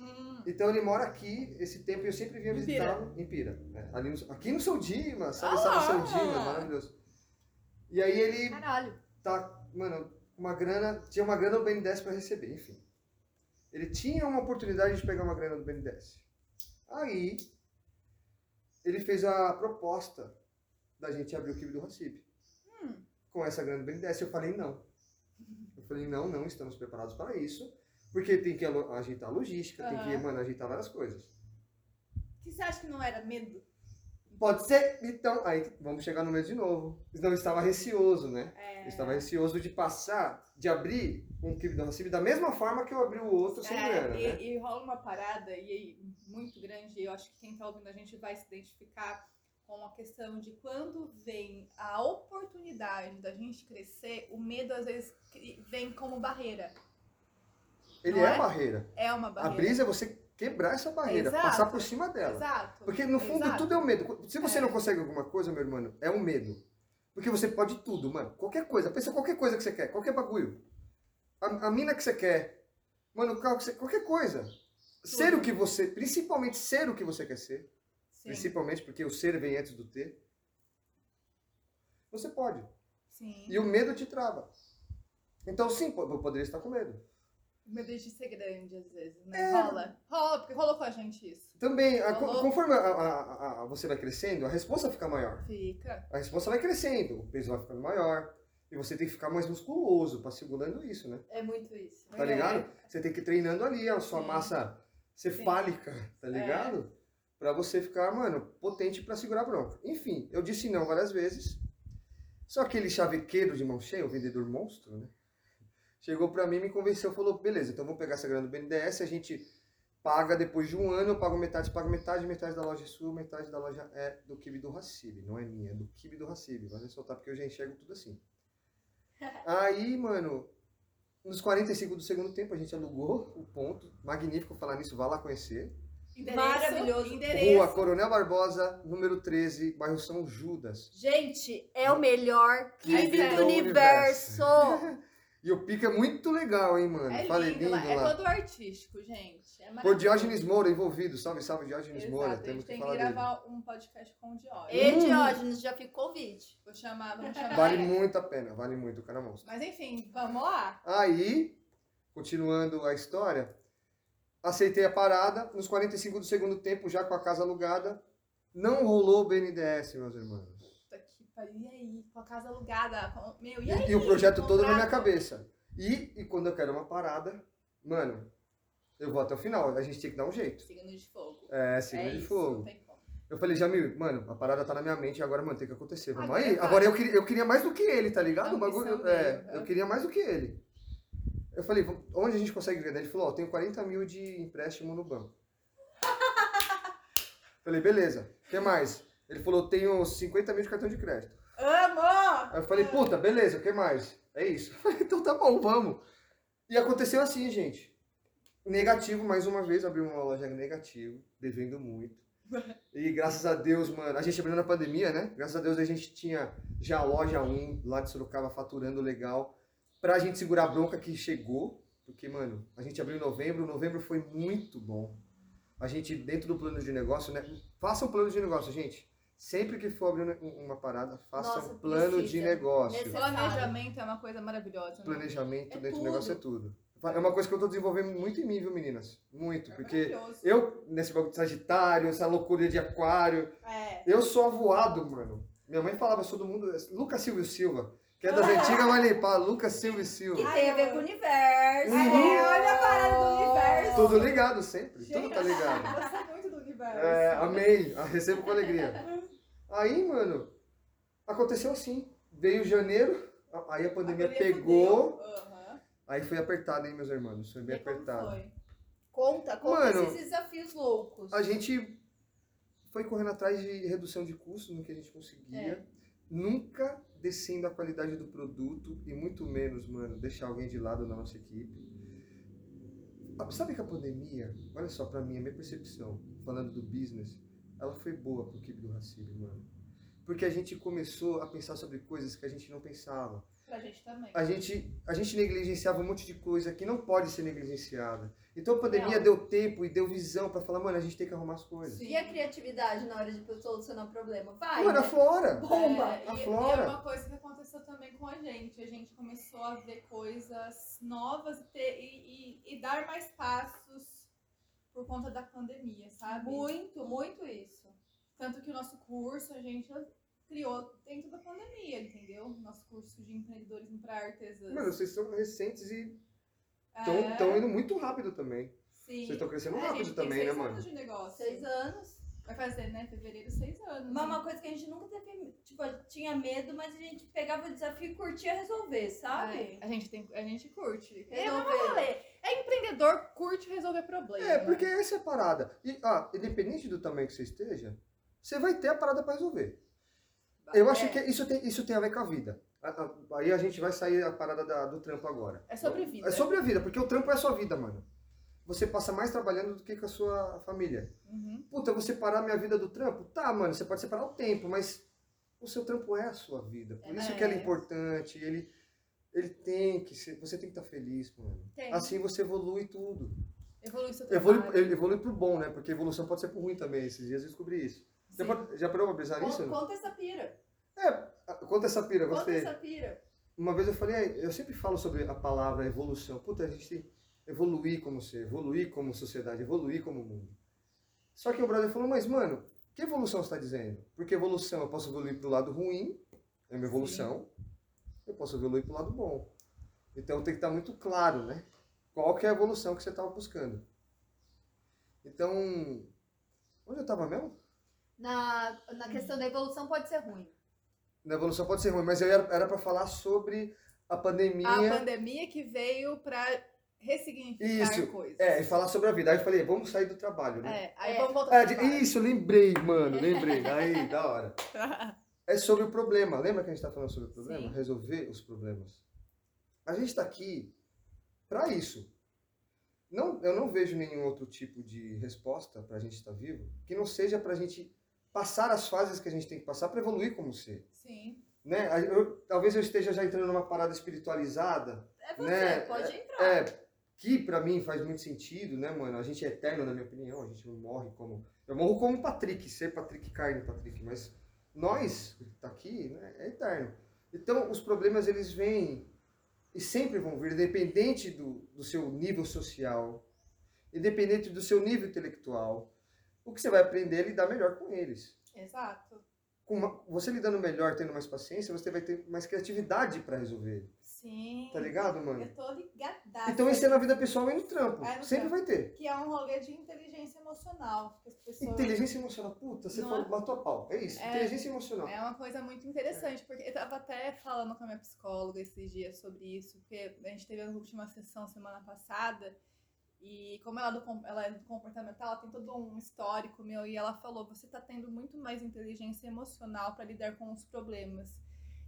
S1: Hum,
S5: Então ele mora aqui esse tempo e eu sempre vinha
S1: Em Pira.
S5: visitá-lo em Pira. né? Ali no- aqui no São Dima, sabe,
S1: Ah!
S5: sabe São Dima, maravilhoso. E aí ele
S6: Caralho.
S5: tá, mano, uma grana, tinha uma grana do BNDES pra receber, enfim. Ele tinha uma oportunidade de pegar uma grana do BNDES. Aí ele fez a proposta da gente abrir o clube do Recife. Com essa grana do BNDES, eu falei não. Eu falei não, não estamos preparados para isso, porque tem que alo- ajeitar a logística, tem que,
S1: Aham.
S5: mano, ajeitar várias coisas.
S6: O que você acha que não era medo?
S5: Pode ser? Então, aí vamos chegar no meio de novo. Então eu estava receoso, né?
S1: É.
S5: Eu estava receoso de passar, de abrir um clipe da Recife da mesma forma que eu abri o outro sem grana,
S1: é,
S5: né?
S1: e, e rola uma parada e aí, muito grande, e eu acho que quem tá ouvindo a gente vai se identificar com a questão de quando vem a oportunidade da gente crescer, o medo às vezes cri- vem como barreira.
S5: Ele
S1: não
S5: é,
S1: é?
S5: barreira.
S1: É uma
S5: A
S1: barreira.
S5: brisa é você quebrar essa barreira,
S1: Exato.
S5: passar por cima dela.
S1: Exato.
S5: Porque no fundo
S1: Exato.
S5: tudo é um medo. Se você
S1: É.
S5: não consegue alguma coisa, meu irmão, é um medo. Porque você pode tudo, mano. Qualquer coisa. Pensa qualquer coisa que você quer, qualquer bagulho. A, a mina que você quer. Mano, o carro que você. Qualquer coisa. Ser o que você. Principalmente ser o que você quer ser.
S1: Sim.
S5: Principalmente porque o ser vem antes do ter. Você pode.
S1: Sim.
S5: E o medo te trava. Então, sim, po- eu poderia estar com medo.
S1: O medo de ser grande, às vezes,
S5: É.
S1: né? Rola. Rola, porque rolou com a gente isso.
S5: Também, a- co-
S1: Rolou.
S5: conforme a- a- a- a- você vai crescendo, a resposta fica maior.
S1: Fica.
S5: A resposta vai crescendo, o peso vai ficando maior. E você tem que ficar mais musculoso para segurando isso, né?
S6: É muito isso.
S5: Tá ligado? Você tem que ir treinando ali a sua
S1: Sim.
S5: massa
S1: Sim.
S5: cefálica, tá ligado? Pra você ficar, mano, potente pra segurar a bronca. Enfim, eu disse não várias vezes. Só aquele chavequeiro de mão cheia, o vendedor monstro, né? Chegou pra mim, me convenceu, falou: beleza, então vamos pegar essa grana do BNDES, a gente paga depois de um ano, eu pago metade, pago metade, metade da loja é sua, metade da loja é do Kibe do Racibe. Não é minha, é do Kibe do Racibe. Vai soltar porque eu já enxergo tudo assim. Aí, mano, nos 45 do segundo tempo a gente alugou o ponto. Magnífico falar nisso, vá lá conhecer.
S1: Endereço,
S6: Maravilhoso.
S1: Endereço.
S5: Rua Coronel Barbosa, número 13, bairro São Judas. um
S6: Gente, é o melhor clipe
S1: é.
S6: do universo.
S5: E o pico é muito legal, hein, mano?
S1: É
S5: Falei
S1: lindo,
S5: lindo
S1: lá. é
S5: lá.
S1: todo artístico, gente. É
S5: Por
S1: maravilhoso.
S5: Diógenes Moura envolvido. Salve, salve, Diógenes
S1: Exato,
S5: Moura.
S1: a gente
S5: Temos que
S1: tem que,
S5: falar dele.
S1: gravar um podcast com o Diógenes.
S6: E Diógenes, já fica o convite.
S1: Vou chamar, vamos chamar
S5: Vale
S1: ele.
S5: muito a pena, vale muito, o cara é monstro.
S1: Mas enfim, vamos lá.
S5: Aí, continuando a história, aceitei a parada. Nos 45 do segundo tempo, já com a casa alugada, não rolou o BNDES, meus irmãos.
S1: Puta que pariu, e aí? Com a casa alugada. com- Meu, e aí?
S5: E, e o projeto todo na minha
S1: Contrato?
S5: cabeça. E, e quando eu quero uma parada, mano, eu vou até o final. A gente tinha que dar um jeito.
S1: Signo de fogo.
S5: É, signo
S1: é
S5: de
S1: isso, Não
S5: fogo.
S1: tem como.
S5: Eu falei, Jamil, mano, a parada tá na minha mente, agora, mano, tem que acontecer. Vamos
S1: Agora
S5: aí.
S1: vai.
S5: Agora eu queria, eu queria mais do que ele, tá ligado? O
S1: Ambição
S5: bagulho.
S1: dele, né?
S5: É,
S1: aham.
S5: eu queria mais do que ele. Eu falei, "Vamos- onde a gente consegue ganhar? Ele falou, ó, tenho 40 mil de empréstimo no banco. falei, beleza, o que mais? Ele falou, tenho 50 mil de cartão de crédito.
S1: Amo!
S5: Aí eu falei, puta, beleza, o que mais? É isso. Eu falei, então tá bom, vamos. E aconteceu assim, gente. Negativo, mais uma vez, abriu uma loja negativo, devendo muito. E graças a Deus, mano, a gente abriu na pandemia, né? Graças a Deus a gente tinha já a loja 1 lá de Sorocaba faturando legal pra gente segurar a bronca que chegou. Porque, mano, a gente abriu em novembro, novembro foi muito bom. A gente, dentro do plano de negócio, né? Faça um plano de negócio, gente. Sempre que for abrir um- uma parada, faça
S6: Nossa,
S5: um plano de
S6: precisa.
S5: negócio.
S6: Necessário.
S1: Planejamento é uma coisa maravilhosa. Né?
S5: Planejamento
S6: É
S5: dentro do
S6: tudo.
S5: negócio é tudo. É uma coisa que eu tô desenvolvendo muito em mim, viu, meninas?
S6: É
S1: É
S5: Muito, porque
S7: Maravilhoso.
S5: eu, nesse bagulho de Sagitário, essa loucura de Aquário,
S7: É.
S5: eu sou avoado, mano. Minha mãe falava, todo mundo, Lucas Silvio Silva, que é das antigas, vai limpar, Lucas Silvio
S6: Que
S5: Silva.
S7: Ai,
S6: tem a ver
S7: eu-
S6: com o universo.
S5: Uhum.
S7: É, olha a parada do universo.
S5: Tudo ligado sempre, tudo tá ligado.
S7: Você é muito do universo.
S5: É, amei, a- recebo com alegria. Aí, mano, aconteceu assim. Veio janeiro, a- aí a pandemia pegou,
S7: fudeu. Aham.
S5: aí foi apertado, hein, meus irmãos? Foi bem
S1: um
S7: E como
S5: apertado.
S7: foi?
S6: Conta, conta
S5: Mano,
S6: esses desafios loucos.
S1: né?
S5: A gente foi correndo atrás de redução de custos no que a gente conseguia, nunca descendo a qualidade do produto e muito menos, mano, deixar alguém de lado na nossa equipe. Ah, Sabe que a pandemia, olha só, pra mim, a minha percepção, falando do business, ela foi boa pro Kibe do Racibe, mano. Porque a gente começou a pensar sobre coisas que a gente não pensava
S1: Pra gente também.
S5: a gente, a gente negligenciava um monte de coisa que não pode ser negligenciada. Então a pandemia deu tempo e deu visão pra falar, mano, a gente tem que arrumar as coisas. Ah,
S6: E a criatividade na hora de solucionar o problema? Vai.
S5: Mano, é Tá
S6: né?
S5: aflora!
S6: Bomba!
S1: É, e, e é
S5: aflora.
S1: uma coisa que aconteceu também com a gente. A gente começou a ver coisas novas e, ter- e- e- e dar mais passos por conta da pandemia, sabe?
S6: Muito, muito isso.
S1: Tanto que o nosso curso a gente criou dentro da pandemia, entendeu? Nosso curso de empreendedorismo para artesãs.
S5: Mano, vocês são recentes e
S1: É,
S5: estão tão indo muito rápido também.
S1: sim.
S5: Vocês estão crescendo
S1: É, a
S5: rápido
S1: gente tem
S5: também, né,
S1: seis
S5: mano?
S1: anos de negócio.
S6: Seis anos.
S1: Vai fazer, né? Fevereiro, seis anos.
S6: Mas uma coisa que a gente nunca teve, tipo, tinha medo, mas a gente pegava o desafio e curtia resolver, sabe?
S1: É, a, gente tem, a gente curte. É, mas eu
S6: Resolver.
S1: falei, é empreendedor, curte resolver problemas.
S5: É, porque essa é a parada. E, ah, independente do tamanho que você esteja, você vai ter a parada pra resolver. Eu
S1: É.
S5: acho que isso tem, isso tem a ver com a vida. A- a- Aí a gente vai sair a parada da- do trampo agora.
S1: É sobre vida.
S5: É sobre a vida, porque o trampo é a sua vida, mano. Você passa mais trabalhando do que com a sua família.
S1: Uhum.
S5: Puta, eu vou separar minha vida do trampo? Tá, mano, você pode separar o tempo, mas o seu trampo é a sua vida. Por isso que ela é
S6: É.
S5: importante. Ele, ele tem que ser. Você tem que estar feliz, mano.
S6: Tem.
S5: Assim você evolui tudo.
S1: Evolui seu trabalho.
S5: Evolui, ele evolui pro bom, né? Porque evolução pode ser pro ruim também. Esses dias eu descobri isso. Já, par- já parou pra pensar nisso?
S6: Con- Conta essa pira.
S5: Ah, Conta essa pira,
S6: Conta
S5: gostei.
S6: essa pira.
S5: Uma vez eu falei, ah, eu sempre falo sobre a palavra evolução. Puta, a gente tem que evoluir como ser, evoluir como sociedade, evoluir como mundo. Só que o brother falou, mas mano, que evolução você está dizendo? Porque evolução eu posso evoluir pro lado ruim, é uma evolução, eu posso evoluir pro lado bom. Então tem que estar muito claro, né? Qual que é a evolução que você estava buscando. Então, onde eu estava mesmo?
S6: Na, na questão da evolução pode ser ruim.
S5: Na evolução pode ser ruim, mas eu era era para falar sobre a pandemia.
S1: A pandemia que veio pra ressignificar
S5: Isso,
S1: coisas.
S5: É, e falar sobre a vida. Aí eu falei, vamos sair do trabalho, né?
S1: É, aí
S6: É.
S1: vamos voltar
S5: Ah,
S1: pro
S5: de-
S1: trabalho.
S5: isso, lembrei, mano, lembrei. Aí, da hora. É sobre o problema. Lembra que a gente tá falando sobre o problema?
S1: Sim.
S5: Resolver os problemas. A gente tá aqui pra isso. Não, eu não vejo nenhum outro tipo de resposta pra gente estar vivo que não seja pra gente passar as fases que a gente tem que passar pra evoluir como ser.
S1: Sim.
S5: Né? Aí eu- talvez eu esteja já entrando numa parada espiritualizada
S6: É você,
S5: Né?
S6: pode entrar.
S5: é, que pra mim faz muito sentido, né, mano? A gente é eterno, na minha opinião. A gente não morre como. Eu morro como Patrick, ser Patrick Carne, Patrick, mas nós, que tá aqui, né, é eterno. Então, os problemas eles vêm e sempre vão vir, independente do, do seu nível social, independente do seu nível intelectual. O que você vai aprender é lidar melhor com eles.
S1: Exato.
S5: Com uma- você lidando melhor, tendo mais paciência, você vai ter mais criatividade pra resolver.
S1: Sim.
S5: Tá ligado, mano?
S1: Eu tô ligadaça.
S5: Então isso é na vida pessoal e no trampo.
S1: É, no
S5: Sempre vai ter.
S1: Que é um rolê de inteligência emocional. Que as pessoas...
S5: Inteligência emocional. Puta, você
S1: Não
S5: falou, matou a pau. É isso.
S1: É.
S5: Inteligência emocional.
S1: É uma coisa muito interessante, porque eu tava até falando com a minha psicóloga esses dias sobre isso, porque a gente teve a última sessão semana passada, e como ela, é do com- ela é do comportamental, ela tem todo um histórico meu, e ela falou: você tá tendo muito mais inteligência emocional para lidar com os problemas.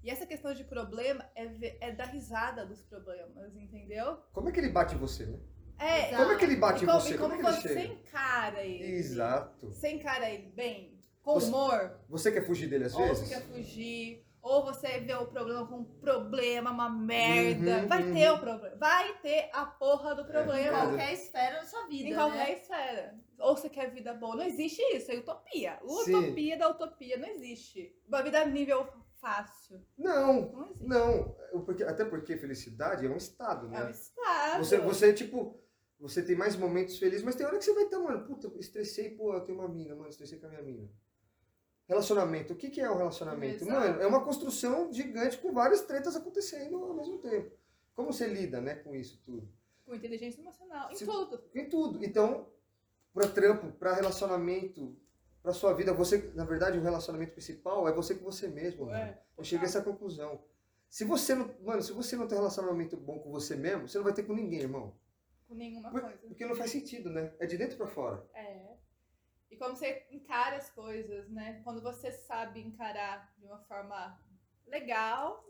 S1: E essa questão de problema é, ver- é dar risada dos problemas, entendeu?
S5: Como é que ele bate você, né?
S1: É,
S6: Exato.
S5: Como é que ele
S1: e
S5: bate em
S1: como,
S5: você?
S1: e como
S5: é que ele
S1: você
S5: chega?
S1: encara ele.
S5: Exato.
S1: Você encara ele bem, com
S5: Você-
S1: humor,
S5: Você quer fugir dele às
S1: ou
S5: vezes?
S1: você quer fugir, ou você vê o problema como um problema, uma merda.
S5: Uhum,
S1: vai
S5: uhum.
S1: ter o problema. Vai ter a porra do
S6: Em
S5: É.
S1: problema.
S6: qualquer esfera da sua vida.
S1: Em qualquer
S6: né?
S1: esfera. Ou você quer vida boa. Não existe isso, é utopia.
S5: Sim.
S1: Utopia da utopia não existe. Uma vida nível fácil.
S5: Não,
S1: Não existe.
S5: não. Eu- porque- até porque felicidade é um estado,
S1: É um
S5: né?
S1: estado.
S5: Você, você, tipo, você tem mais momentos felizes, mas tem hora que você vai estar, mano, puta, eu estressei, pô, eu tenho uma mina, mano, estressei com a minha mina. Relacionamento, o que, que é um relacionamento?
S1: Exato.
S5: Mano, é uma construção gigante com várias tretas acontecendo ao mesmo tempo. Como você lida, né, com isso tudo?
S1: Com inteligência emocional. Em
S5: Se-
S1: tudo.
S5: em tudo. Então, para trampo, para relacionamento, para sua vida, você, na verdade, o relacionamento principal é você com você mesmo. mano.
S1: É.
S5: Eu cheguei a essa conclusão. Se você não, mano, se você não tem relacionamento bom com você mesmo, você não vai ter com ninguém, irmão.
S1: Com nenhuma
S5: Por-
S1: coisa.
S5: Porque não faz sentido, né? É de dentro para fora.
S1: É. E como você encara as coisas, né? Quando você sabe encarar de uma forma legal,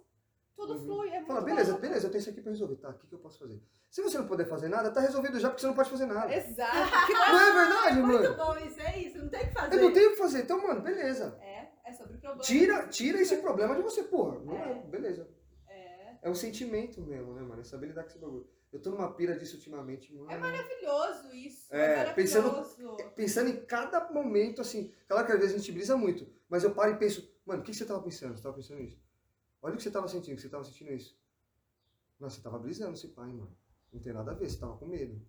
S1: tudo
S5: Uhum.
S1: flui. É muito
S5: Fala, beleza,
S1: bom.
S5: beleza, eu tenho isso aqui para resolver, tá? O que, que eu posso fazer? Se você não puder fazer nada, tá resolvido já porque você não pode fazer nada.
S1: Exato.
S5: Que não é verdade,
S6: Muito
S5: mano.
S6: bom, isso é isso, não tem o que
S5: Eu não
S6: fazer.
S5: tenho o que fazer. Então, mano, beleza.
S1: É, é sobre problema.
S5: Tira, tira esse problema de você, porra. Não é, beleza.
S1: É
S5: É um sentimento mesmo, né, mano? É saber lidar com esse bagulho. Eu tô numa pira disso ultimamente, mano.
S1: É maravilhoso isso.
S5: É,
S1: É, maravilhoso.
S5: Pensando em cada momento, assim. Claro que às vezes a gente brisa muito, mas eu paro e penso, mano, o que que você tava pensando? Você tava pensando nisso? Olha o que você tava sentindo, que você tava sentindo isso. Nossa, você tava brisando esse pai, mano. Não tem nada a ver, você tava com medo.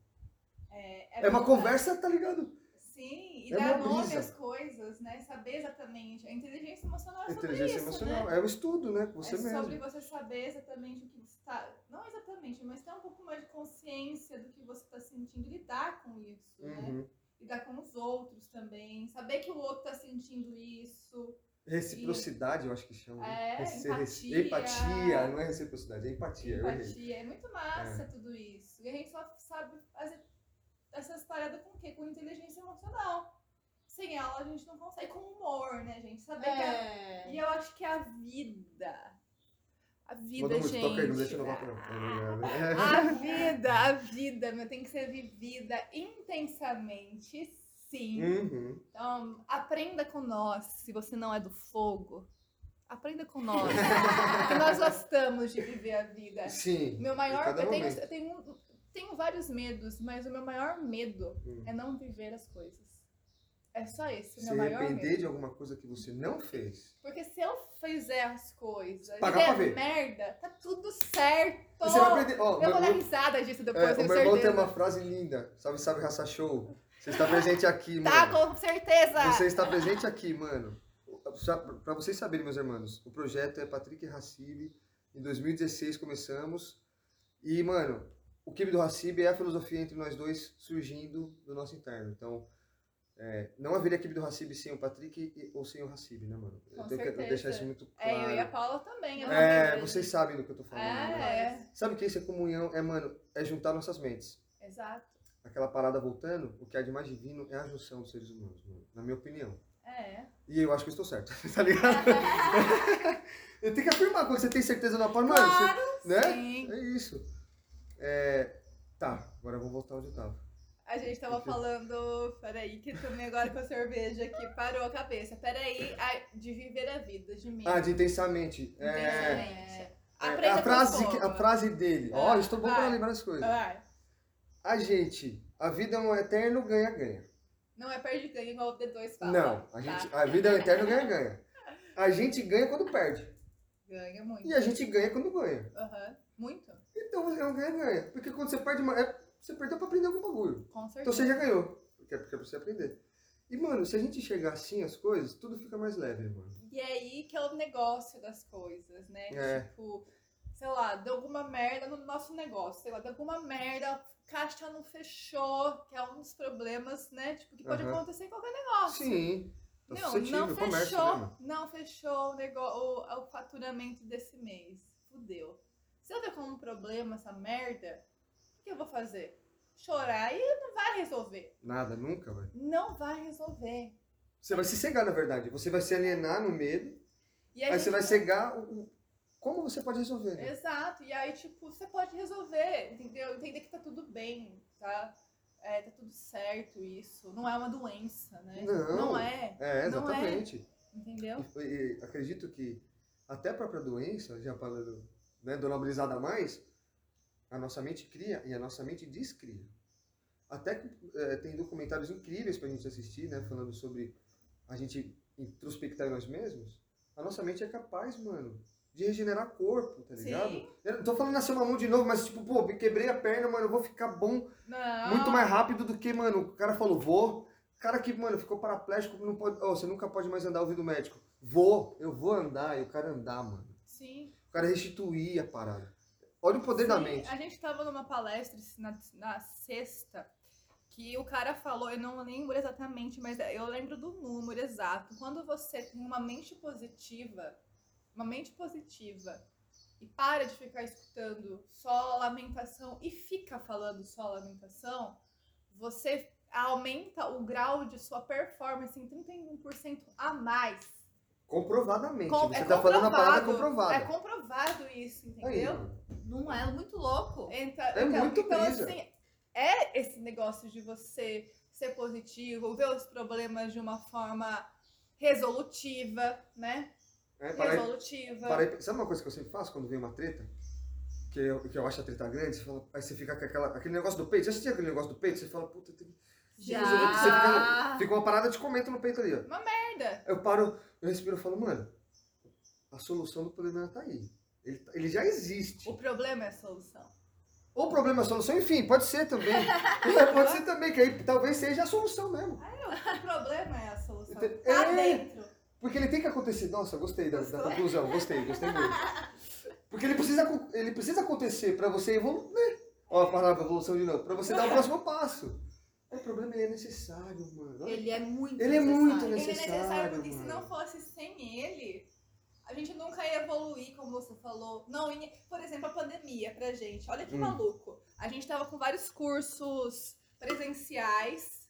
S5: É, uma
S1: verdade.
S5: conversa, tá ligado?
S1: Sim, e
S5: É
S1: dar
S5: uma
S1: nome
S5: brisa.
S1: às coisas, né? Saber exatamente. A inteligência emocional é sobre
S5: Inteligência
S1: isso,
S5: emocional.
S1: né?
S5: É um estudo, né? Com você
S1: é
S5: mesmo.
S1: sobre você saber exatamente o que você está. Não exatamente, mas ter um pouco mais de consciência do que você está sentindo, lidar com isso, né?
S5: Uhum.
S1: Lidar com os outros também. Saber que o outro está sentindo isso.
S5: Reciprocidade, eu acho que chama. né?
S1: É,
S5: Rece- rece-
S1: empatia.
S5: empatia, não é reciprocidade, é empatia. Eu errei.
S1: Empatia. É muito massa tudo isso. E a gente só sabe fazer essas paradas com o quê? Com inteligência emocional. Sem ela a gente não consegue. Com humor, né, gente? Saber que a
S6: É.
S1: E eu acho que a vida. A vida,
S5: Manda muito,
S1: gente. Ah,
S5: toca aí, não deixa eu não pra não. É.
S1: A vida, a vida, meu, tem que ser vivida intensamente, sim.
S5: Uhum.
S1: Então, aprenda com nós, se você não é do fogo. Aprenda com nós. que nós gostamos de viver a vida.
S5: Sim.
S1: Meu
S5: Em
S1: maior.
S5: cada
S1: Eu tenho,
S5: momento.
S1: eu tenho, um- tenho vários medos, mas o meu maior medo
S5: Hum.
S1: é não viver as coisas. É só esse, o
S5: Se
S1: meu maior medo.
S5: arrepender de alguma coisa que você não fez.
S1: Porque se eu fizer as coisas,
S5: Pagar
S1: der
S5: pra ver.
S1: merda, tá tudo certo.
S5: Você vai aprender. Ó,
S1: Eu
S5: meu,
S1: vou dar
S5: meu-
S1: risada disso
S5: é,
S1: depois,
S5: o
S1: tenho
S5: meu irmão tem
S1: certeza.
S5: uma frase linda. Salve, salve, raça show. Você está presente aqui,
S1: Tá,
S5: mano.
S1: com certeza.
S5: Você está presente aqui, mano. Só Pra vocês saberem, meus irmãos, o projeto é Patrick e Hassib. Em 2016 começamos. E, mano, o Kibe do Hassib é a filosofia entre nós dois surgindo do nosso interno. Então, é, não haveria Kibe do Hassib sem o Patrick e- ou sem o Hassib, né, mano?
S1: Com
S5: eu tenho que
S1: certeza.
S5: deixar isso muito
S1: É,
S5: claro.
S1: eu e a Paula também. eu
S5: É,
S1: também.
S5: vocês sabem do que eu tô falando. né?
S1: É,
S5: Sabe o que isso é comunhão? É, mano, é juntar nossas mentes.
S1: exato.
S5: Aquela parada voltando, o que há de mais divino é a junção dos seres humanos, mano. Na minha opinião.
S1: É.
S5: E eu acho que eu estou certo, tá ligado? eu tenho que afirmar quando você tem certeza na forma, mano. Você, né?
S1: Sim.
S5: É isso. É. Tá, agora eu vou voltar onde eu tava.
S1: A gente tava falando. Peraí, que também agora com a cerveja aqui parou a cabeça. Peraí, ai, de viver a vida, de mim.
S5: Ah, de intensamente. É.
S1: Intensamente.
S5: é,
S1: Aprenda
S5: a, frase,
S1: com
S5: que-
S1: fogo.
S5: a frase dele. Ó,
S1: Ah,
S5: eu estou bom pra
S1: vai.
S5: lembrar as coisas.
S1: Vai.
S5: A gente, a vida é um eterno ganha-ganha.
S1: Não é perde ganho igual o D2 fala.
S5: Não, a,
S1: tá?
S5: gente, a vida é um eterno ganha-ganha. A gente ganha quando perde.
S1: Ganha muito.
S5: E a gente ganha quando ganha.
S1: Aham. Muito.
S5: Então é um ganha-ganha. Porque quando você perde, uma- é- você perdeu pra aprender algum bagulho.
S1: Com certeza.
S5: Então você já ganhou. Porque é porque é pra você aprender. E, mano, se a gente enxergar assim as coisas, tudo fica mais leve, mano.
S1: E aí que é o negócio das coisas, né?
S5: É.
S1: Tipo, sei lá, deu alguma merda no nosso negócio, sei lá, deu alguma merda, a caixa não fechou, que é um dos problemas, né? Tipo, que pode
S5: Aham.
S1: acontecer em qualquer negócio.
S5: Sim. Tá
S1: Não,
S5: suscetível,
S1: não
S5: comércio,
S1: fechou,
S5: né, mano?
S1: não fechou o, negócio, o, o faturamento desse mês. Fudeu. Se eu ver como um problema essa merda, o que eu vou fazer? Chorar e não vai resolver.
S5: Nada, nunca, velho.
S1: Não vai resolver.
S5: Você vai se cegar, na verdade. Você vai se alienar no medo.
S1: E a
S5: Aí
S1: gente
S5: você vai cegar o, o- como você pode resolver.
S1: É
S5: né?
S1: Exato, e aí, tipo, você pode resolver, entendeu? Entender que tá tudo bem, tá? É, tá tudo certo isso. Não é uma doença, né?
S5: Não.
S1: é,
S5: É,
S1: Não é?
S5: exatamente.
S1: entendeu?
S5: E, e acredito que até a própria doença, já falando, né, donabilizada a mais, a nossa mente cria e a nossa mente descria. Até que eh, tem documentários incríveis pra gente assistir, né, falando sobre a gente introspectar em nós mesmos. A nossa mente é capaz, mano, de regenerar corpo, tá ligado?
S1: Sim.
S5: Eu não tô falando nascer uma mão de novo, mas tipo, pô, me quebrei a perna, mano, eu vou ficar bom
S1: Não.
S5: muito mais rápido do que, mano, o cara falou, vou. O cara que, mano, ficou paraplégico, não pode. Ó, você nunca pode mais andar ouvindo o médico. Vou, eu vou andar, e o cara andar, mano.
S1: Sim.
S5: O cara restituir a parada. Olha o poder da
S1: Sim, é
S5: mente.
S1: A gente tava numa palestra esse- na, na sexta que o cara falou, eu não lembro exatamente, mas eu lembro do número exato. Quando você tem uma mente positiva, uma mente positiva, e para de ficar escutando só lamentação e fica falando só lamentação, você aumenta o grau de sua performance em 31% a mais.
S5: Comprovadamente.
S1: Com-
S5: você
S1: é
S5: tá falando a parada
S1: comprovado,
S5: comprovada.
S1: É comprovado isso,
S5: Aí,
S1: entendeu?
S5: mano.
S6: Não é muito louco.
S1: Então,
S5: É
S1: então,
S5: muito
S1: então,
S5: brisa.
S1: assim, é esse negócio de você ser positivo, ver os problemas de uma forma resolutiva, né?
S5: É, para aí-
S1: Resolutiva.
S5: para aí- sabe uma coisa que eu sempre faço quando vem uma treta? Que eu, que eu acho a treta grande, você fala, aí você fica com aquela, aquele negócio do peito. Já assistiu aquele negócio do peito? Você fala, puta, tem... Você fica-
S1: Ah.
S6: Já.
S5: fica uma parada de comento no peito ali, ó.
S1: Merda.
S5: Eu paro, eu respiro e falo, mano, a solução do problema tá aí. Ele, tá- ele já existe.
S1: O problema é a solução.
S5: Ou o problema é a solução, enfim, pode ser também. É, pode ser também, que aí talvez seja a solução mesmo.
S1: O problema é a solução.
S5: Ente-
S1: Tá
S5: É.
S1: dentro.
S5: Porque ele tem que acontecer. Nossa, gostei da, da conclusão, gostei, gostei muito. Porque ele precisa, acon- ele precisa acontecer pra você evoluir. né? Ó, a palavra evolução de novo. Pra você dar o próximo passo. O problema ele é necessário, mano. Olha-
S6: Ele é muito
S5: Ele é
S6: necessário.
S5: muito
S1: Ele é necessário porque se
S5: mano.
S1: não fosse sem ele, a gente nunca ia evoluir, como você falou. Não, ia- por exemplo, a pandemia pra gente. Olha que
S5: Hum.
S1: maluco. A gente tava com vários cursos presenciais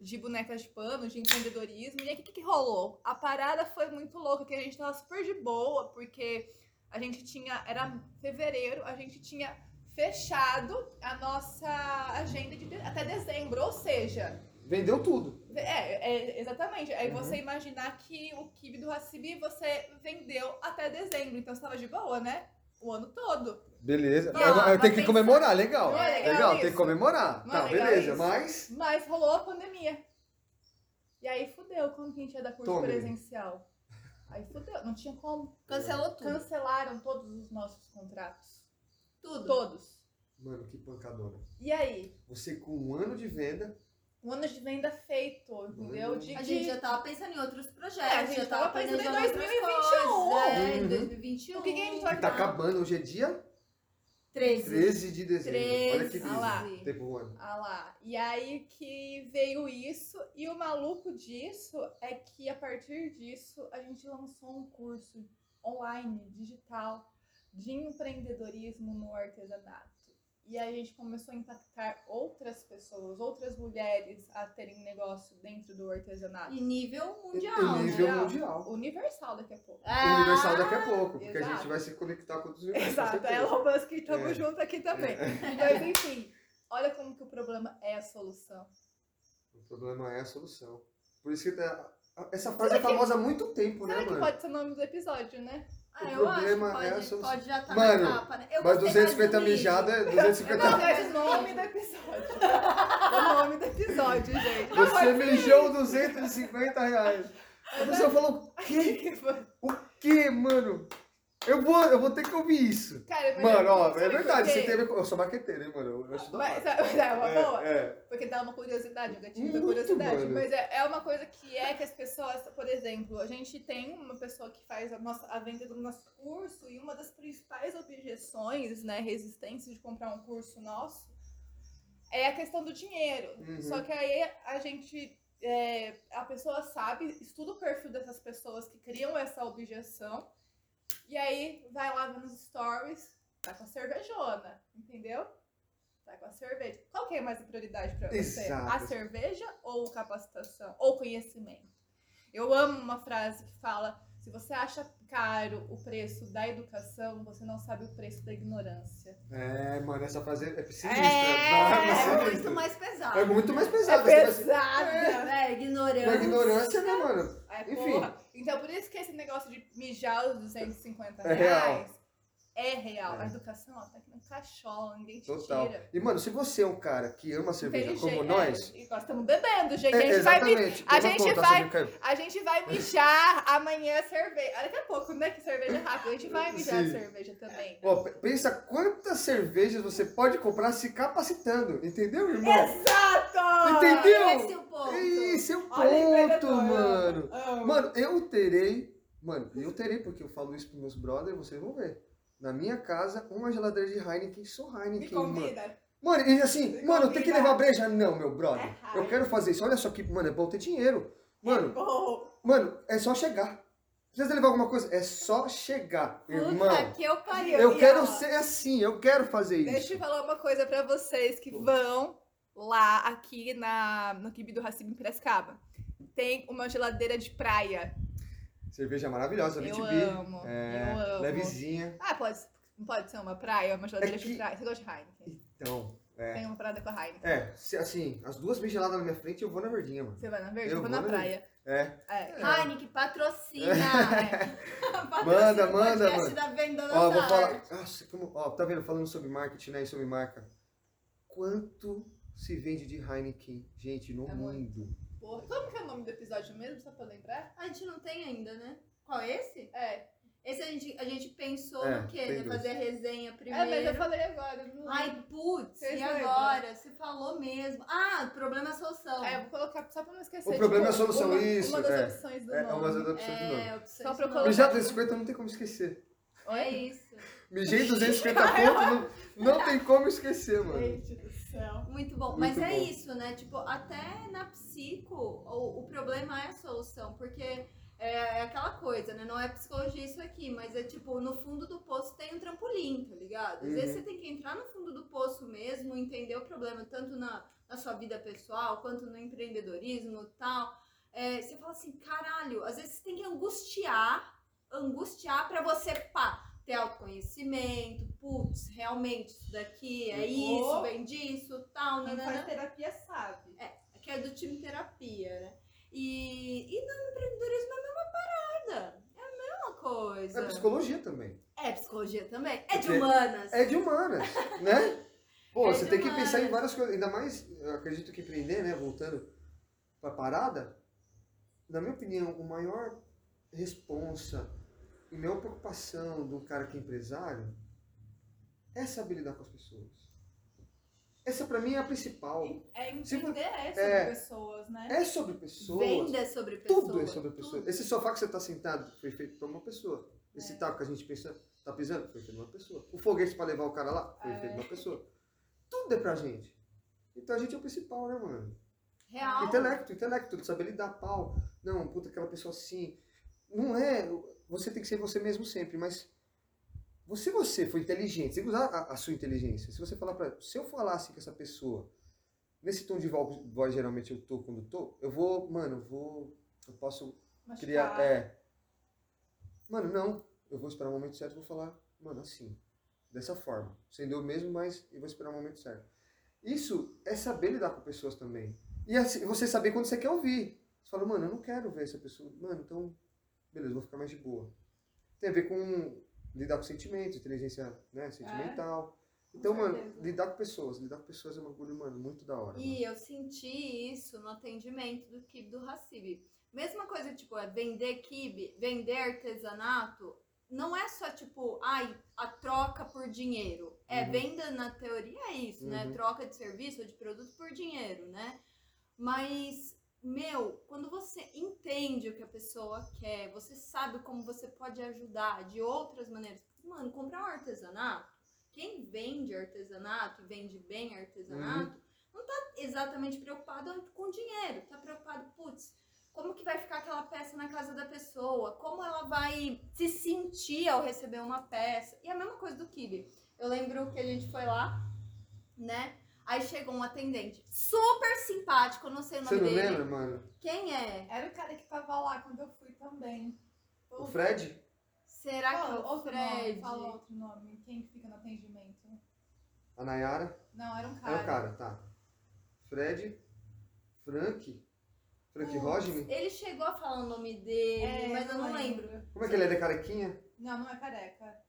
S1: de bonecas de pano, de empreendedorismo. E aí o que, que rolou? A parada foi muito louca, que a gente tava super de boa, porque a gente tinha. Era fevereiro, a gente tinha fechado a nossa agenda de, de- até dezembro. Ou seja,
S5: Vendeu tudo.
S1: é, é, exatamente. Aí
S5: Uhum.
S1: você imaginar que o kibe do Hassibi você vendeu até dezembro, então você tava de boa, né? O ano todo.
S5: Beleza.
S1: Não, Agora mas tem que pensa- comemorar,
S5: legal.
S1: Não é legal Legal, tem que isso?
S5: comemorar.
S1: Não é Tá, legal beleza, isso?
S5: mas.
S1: Mas rolou a pandemia. E aí fudeu, como que a gente ia dar curso
S5: Tome.
S1: presencial? Aí fudeu, não tinha como.
S6: Cancelou tudo.
S1: Cancelaram todos os nossos contratos.
S6: Tudo.
S1: Todos.
S5: Mano, que pancadona.
S1: E aí?
S5: Você com um ano de venda,
S1: Um ano de venda feito,
S5: Uhum.
S1: entendeu? De
S6: A
S1: que-
S6: gente já tava pensando em outros projetos.
S1: É, a gente
S6: já
S1: tava pensando em
S6: planejando outras
S1: 2021.
S6: coisas, É,
S5: Uhum.
S6: em 2021.
S1: O que que a gente vai-
S5: que tá acabando, hoje é dia
S6: 13.
S5: 13 de dezembro. Olha
S6: 13.
S5: que lindo.
S1: Ah lá.
S5: Tempo voando.
S1: Ah lá. E aí que veio isso, e o maluco disso é que a partir disso a gente lançou um curso online, digital, de empreendedorismo no artesanato. E aí a gente começou a impactar outras pessoas, outras mulheres a terem negócio dentro do artesanato.
S6: E nível mundial.
S5: Em É nível
S6: né?
S1: mundial.
S5: mundial.
S1: Universal daqui a pouco.
S6: Ah,
S5: Universal daqui a pouco, porque a gente
S1: exato.
S5: vai se conectar com outros universos. com
S1: Exato, é
S5: certeza.
S1: Elon Musk e tamo
S5: É.
S1: junto aqui também. Mas enfim, olha como que o problema é a solução.
S5: O problema é a solução. Por isso que tá- essa frase é famosa há muito tempo,
S1: Será
S5: né,
S1: que
S5: mano?
S1: pode ser o nome do episódio, né?
S6: Ah,
S5: O
S6: eu
S5: problema
S6: acho que
S5: é a
S6: pode,
S5: solução.
S6: pode já tá
S5: Mano,
S6: na capa, né? Eu
S5: Mas
S6: gostei mais
S5: 250
S6: do livro.
S5: mijada,
S1: Não,
S5: 250.
S1: mas o nome do episódio. o nome do episódio, gente.
S5: Você mijou 250 reais. A pessoa falou, que? Que, mano? Eu vou, eu vou ter que ouvir isso.
S1: Cara, mas
S5: Mano, ó,
S1: sabe
S5: é
S1: por
S5: verdade,
S1: quê?
S5: você teve. Eu sou maqueteiro, hein, mano? Eu acho da
S1: Mas,
S5: hora.
S1: mas é uma boa,
S5: É, é.
S1: porque dá uma curiosidade, o gatilho da
S5: Muito,
S1: curiosidade.
S5: mano.
S1: Mas é, é uma coisa que é que as pessoas, por exemplo, a gente tem uma pessoa que faz a, nossa, a venda do nosso curso e uma das principais objeções, né, resistência de comprar um curso nosso é a questão do dinheiro.
S5: Uhum.
S1: Só que aí a gente. é, a pessoa sabe, estuda o perfil dessas pessoas que criam essa objeção. E aí vai lá nos stories, tá com a cervejona, entendeu? Tá com a cerveja. Qual que é mais a prioridade pra você?
S5: Exato.
S1: A cerveja ou capacitação? Ou conhecimento? Eu amo uma frase que fala: Se você acha caro o preço da educação, você não sabe o preço da ignorância.
S5: É, mano, essa frase é sinistra.
S1: É,
S5: mano,
S6: É
S5: sinistra.
S6: muito mais pesado.
S5: É muito mais pesado.
S1: É
S5: Você vai
S1: pesado, né?
S6: É, ignorância.
S5: assim, Na ignorância, né, mano?
S1: Ai,
S5: Enfim.
S1: porra. Então, por isso que esse negócio de mijar os 250
S5: É real.
S1: reais é real.
S5: É.
S1: A educação, ó, tá aqui no caixola, ninguém te
S5: Total.
S1: tira.
S5: E, mano, se você é um cara que ama cerveja como
S1: Inteligente,
S5: nós.
S1: é, e nós estamos bebendo, gente.
S5: É,
S1: a, gente vai, mi-
S5: exatamente.
S1: a
S5: Eu vou
S1: gente
S5: contar
S1: vai-
S5: sobre o cara.
S1: a gente vai mijar amanhã a cerveja. Daqui a pouco, né? Que cerveja é rápida. A gente vai mijar
S5: Sim.
S1: a cerveja também. né?
S5: Ó, pe- pensa quantas cervejas você pode comprar se capacitando, entendeu, irmão?
S1: Exato!
S5: Entendeu?
S6: Esse é o ponto.
S5: Esse é o
S1: Olha,
S5: ponto,
S1: empreendedor,
S5: mano.
S1: Amo.
S5: Mano, eu terei. Mano, eu terei, porque eu falo isso pros meus brothers, vocês vão ver. Na minha casa, uma geladeira de Heineken, só
S1: Me
S5: Heineken, mano.
S1: convida.
S5: Mano, e assim,
S1: Me
S5: mano, tem que
S1: convida.
S5: levar breja? Não, meu brother.
S1: É
S5: eu
S1: Heineken.
S5: quero fazer isso. Olha só que, mano, é bom ter dinheiro. Mano,
S1: Bom,
S5: mano, é só chegar. Precisa levar alguma coisa? É só chegar, irmão.
S6: Puta que eu pariu.
S5: Eu
S6: e
S5: quero
S6: ó,
S5: ser assim, eu quero fazer
S1: deixa eu
S5: isso.
S1: falar uma coisa pra vocês que vão lá aqui na, no Kibe do Racibe em Piracicaba. Tem uma geladeira de praia.
S5: Cerveja maravilhosa,
S1: eu
S5: 20
S1: amo.
S5: É,
S1: eu amo.
S5: levezinha.
S1: Ah, pode, não pode ser uma praia, é uma geladeira
S5: É que-
S1: de praia. Você gosta de Heineken?
S5: Então, é.
S1: Tem uma parada com a Heineken.
S5: É, se- assim, as duas bem geladas na minha frente, eu vou na verdinha, mano.
S1: Você vai na verde?
S5: Eu
S1: Eu vou
S5: vou
S1: na
S5: na
S1: praia.
S5: É.
S1: É.
S6: Heineken, patrocina.
S5: Manda,
S6: patrocina o
S5: manda,
S6: podcast
S5: mano.
S6: da Vendona
S5: Ó, vou
S6: Zara.
S5: falar. Nossa, como. Ó, tá vendo? Falando sobre marketing, né? E sobre marca. Quanto se vende de Heineken, gente, no
S1: É muito.
S5: mundo?
S1: Porra, como que é o nome do episódio mesmo, só pra lembrar?
S6: A gente não tem ainda, né? Qual é esse?
S1: É.
S6: Esse a gente, a gente pensou
S5: É,
S6: no quê?
S5: tem
S6: Né?
S5: dois.
S6: Fazer a resenha
S1: É,
S6: primeiro.
S1: mas eu falei agora. não lembro.
S6: Ai, putz,
S1: Vocês
S6: e
S1: lembram?
S6: agora? Você falou mesmo. Ah, problema é solução.
S1: É, eu vou colocar só pra não esquecer.
S5: O problema
S1: tipo,
S5: é a solução,
S1: uma,
S5: isso,
S1: Uma das
S5: é.
S1: opções do
S5: É, é
S1: nome.
S5: umas adaptações do nome.
S6: É, opção
S1: Só
S6: de
S1: pra
S6: nome.
S1: colocar-
S5: Mijar 250 não tem como esquecer.
S6: É isso.
S5: Mijei 250 pontos, não, não tem como esquecer, mano.
S1: Gente do céu.
S6: Muito bom.
S5: Muito
S6: Mas é
S5: bom.
S6: isso, né? Tipo, até na psico, o, o problema é a solução, porque é, é aquela coisa, né? Não é psicologia isso aqui, mas é tipo, no fundo do poço tem um trampolim, tá ligado? Às vezes você
S5: Uhum.
S6: tem que entrar no fundo do poço mesmo, entender o problema, tanto na, na sua vida pessoal, quanto no empreendedorismo e tal. É, você fala assim, caralho, às vezes você tem que angustiar, angustiar pra você, pá, ter autoconhecimento, putz, realmente isso daqui é isso,
S7: Ou-
S6: vem disso, tal,
S7: Quem faz
S6: nananã.
S7: terapia sabe.
S6: Que é do time terapia, né? E, e no empreendedorismo é a mesma parada. É a mesma coisa.
S5: É psicologia também.
S6: É psicologia também. É de
S5: Porque-
S6: humanas.
S5: É de humanas, né? Pô,
S6: É
S5: você
S6: de
S5: tem que
S6: humanas.
S5: pensar em várias coisas. Ainda mais, eu acredito que empreender, né? Voltando pra parada, na minha opinião, o maior responsa e maior preocupação do cara que é empresário é saber lidar com as pessoas. Essa pra mim é a principal.
S1: É
S5: Se vo-
S1: entender é sobre
S5: é.
S1: pessoas, né?
S5: É sobre pessoas.
S6: Venda sobre pessoas.
S5: Tudo é sobre pessoas. Esse sofá que você está sentado foi feito para uma pessoa. Esse taco que a gente pensa, tá pisando foi feito para uma pessoa. O foguete para levar o cara lá foi feito para uma pessoa. Tudo é pra gente. Então a gente é o principal, né, mano?
S6: Real.
S5: Intelecto, intelecto, de saber lidar pau. Não, puta, aquela pessoa assim. Não é. Você tem que ser você mesmo sempre, mas. Se você for inteligente, você tem que usar a, a sua inteligência. Se você falar pra. Se eu falasse com essa pessoa, nesse tom de vo- voz, geralmente eu tô quando tô, eu vou. Mano, eu vou. Eu posso
S1: Machucar.
S5: criar. É. Mano, não. Eu vou esperar o momento certo e vou falar, mano, assim. Dessa forma. Sendo eu mesmo, mas eu vou esperar o momento certo. Isso é saber lidar com pessoas também. E assim, você saber quando você quer ouvir. Você fala, mano, eu não quero ver essa pessoa. Mano, então, beleza, vou ficar mais de boa. Tem a ver com lidar com sentimentos, inteligência né, sentimental. Então, mano,
S7: certeza.
S5: lidar com pessoas. Lidar com pessoas é um bagulho, mano, muito da hora. né? mano.
S6: E eu senti isso no atendimento do kibe do Hassib. Mesma coisa, tipo, é vender kibe, vender artesanato, não é só, tipo, ai, a troca por dinheiro. É,
S5: Uhum.
S6: venda na teoria é isso, né?
S5: Uhum.
S6: Troca de serviço ou de produto por dinheiro, né? Mas, meu, quando você entende o que a pessoa quer, você sabe como você pode ajudar de outras maneiras. Mano, comprar um artesanato, quem vende artesanato, e vende bem artesanato, não tá exatamente preocupado com dinheiro, tá preocupado, putz, como que vai ficar aquela peça na casa da pessoa, como ela vai se sentir ao receber uma peça. E a mesma coisa do Kibe. Eu lembro que a gente foi lá, né? Aí chegou um atendente super simpático, eu não sei o
S5: Você
S6: nome
S5: não
S6: dele.
S5: lembra, mano?
S6: Quem é?
S7: Era o cara que tava lá quando eu fui também.
S5: O Fred?
S6: Será que é
S1: Fala
S6: o
S1: outro
S6: Fred?
S1: nome, fala outro nome. Quem que fica no atendimento?
S5: A Nayara?
S1: Não, era um
S5: É o
S1: cara.
S5: cara, tá. Fred? Frank? Frank
S6: Putz,
S5: Rogni?
S6: Ele chegou a falar o nome dele,
S1: É,
S6: mas eu não lembro.
S5: Como é que ele é? Ele é carequinha?
S1: Não, não é careca.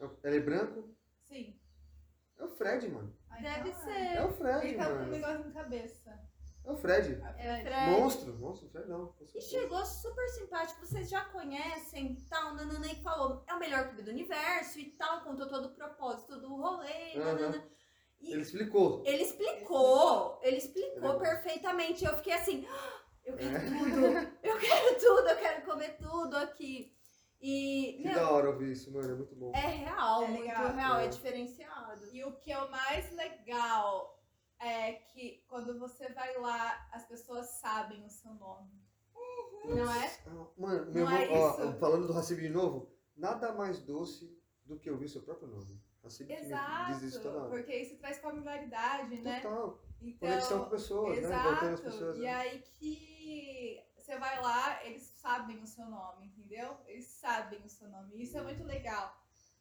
S5: É o- Ele é branco?
S1: Sim.
S5: É o Fred, mano.
S1: Ah,
S6: Deve
S1: então é.
S6: ser.
S5: É o Fred,
S1: Ele tá com um
S5: mano.
S1: negócio na cabeça.
S5: É o Fred.
S1: Ah,
S6: É o
S1: Fred. é
S6: Fred.
S5: Monstro? Monstro, Fred não. com
S6: E
S5: certeza.
S6: chegou super simpático, vocês já conhecem, tal, nanana, e falou, é o melhor clube do universo e tal, contou todo o propósito do rolê,
S5: Aham.
S6: nanana. E
S5: Ele explicou.
S6: ele explicou, ele explicou
S5: Ele-
S6: perfeitamente, eu fiquei assim, "Ah, eu quero
S5: É.
S6: tudo, eu quero tudo, eu quero comer tudo aqui. E,
S5: Que
S6: meu,
S5: da hora ouvir isso, mano. É muito bom.
S6: é real,
S1: É
S6: muito
S1: legal.
S6: real, é
S5: É.
S6: diferenciado.
S1: E o que é o mais legal é que quando você vai lá, as pessoas sabem o seu nome. Não é?
S5: Ah, Mano, meu
S1: Não é
S5: irmão, ó,
S1: isso?
S5: falando do Hacib de novo, nada mais doce do que ouvir seu próprio nome. Hacib que me diz isso toda
S1: Exato.
S5: hora.
S1: Porque isso traz familiaridade, né?
S5: Total. Conexão com
S1: Então,
S5: pessoas, né? Voltando às pessoas.
S1: exato. E
S5: né?
S1: aí que você vai lá, eles sabem o seu nome, entendeu? Eles sabem o seu nome. Isso é muito legal.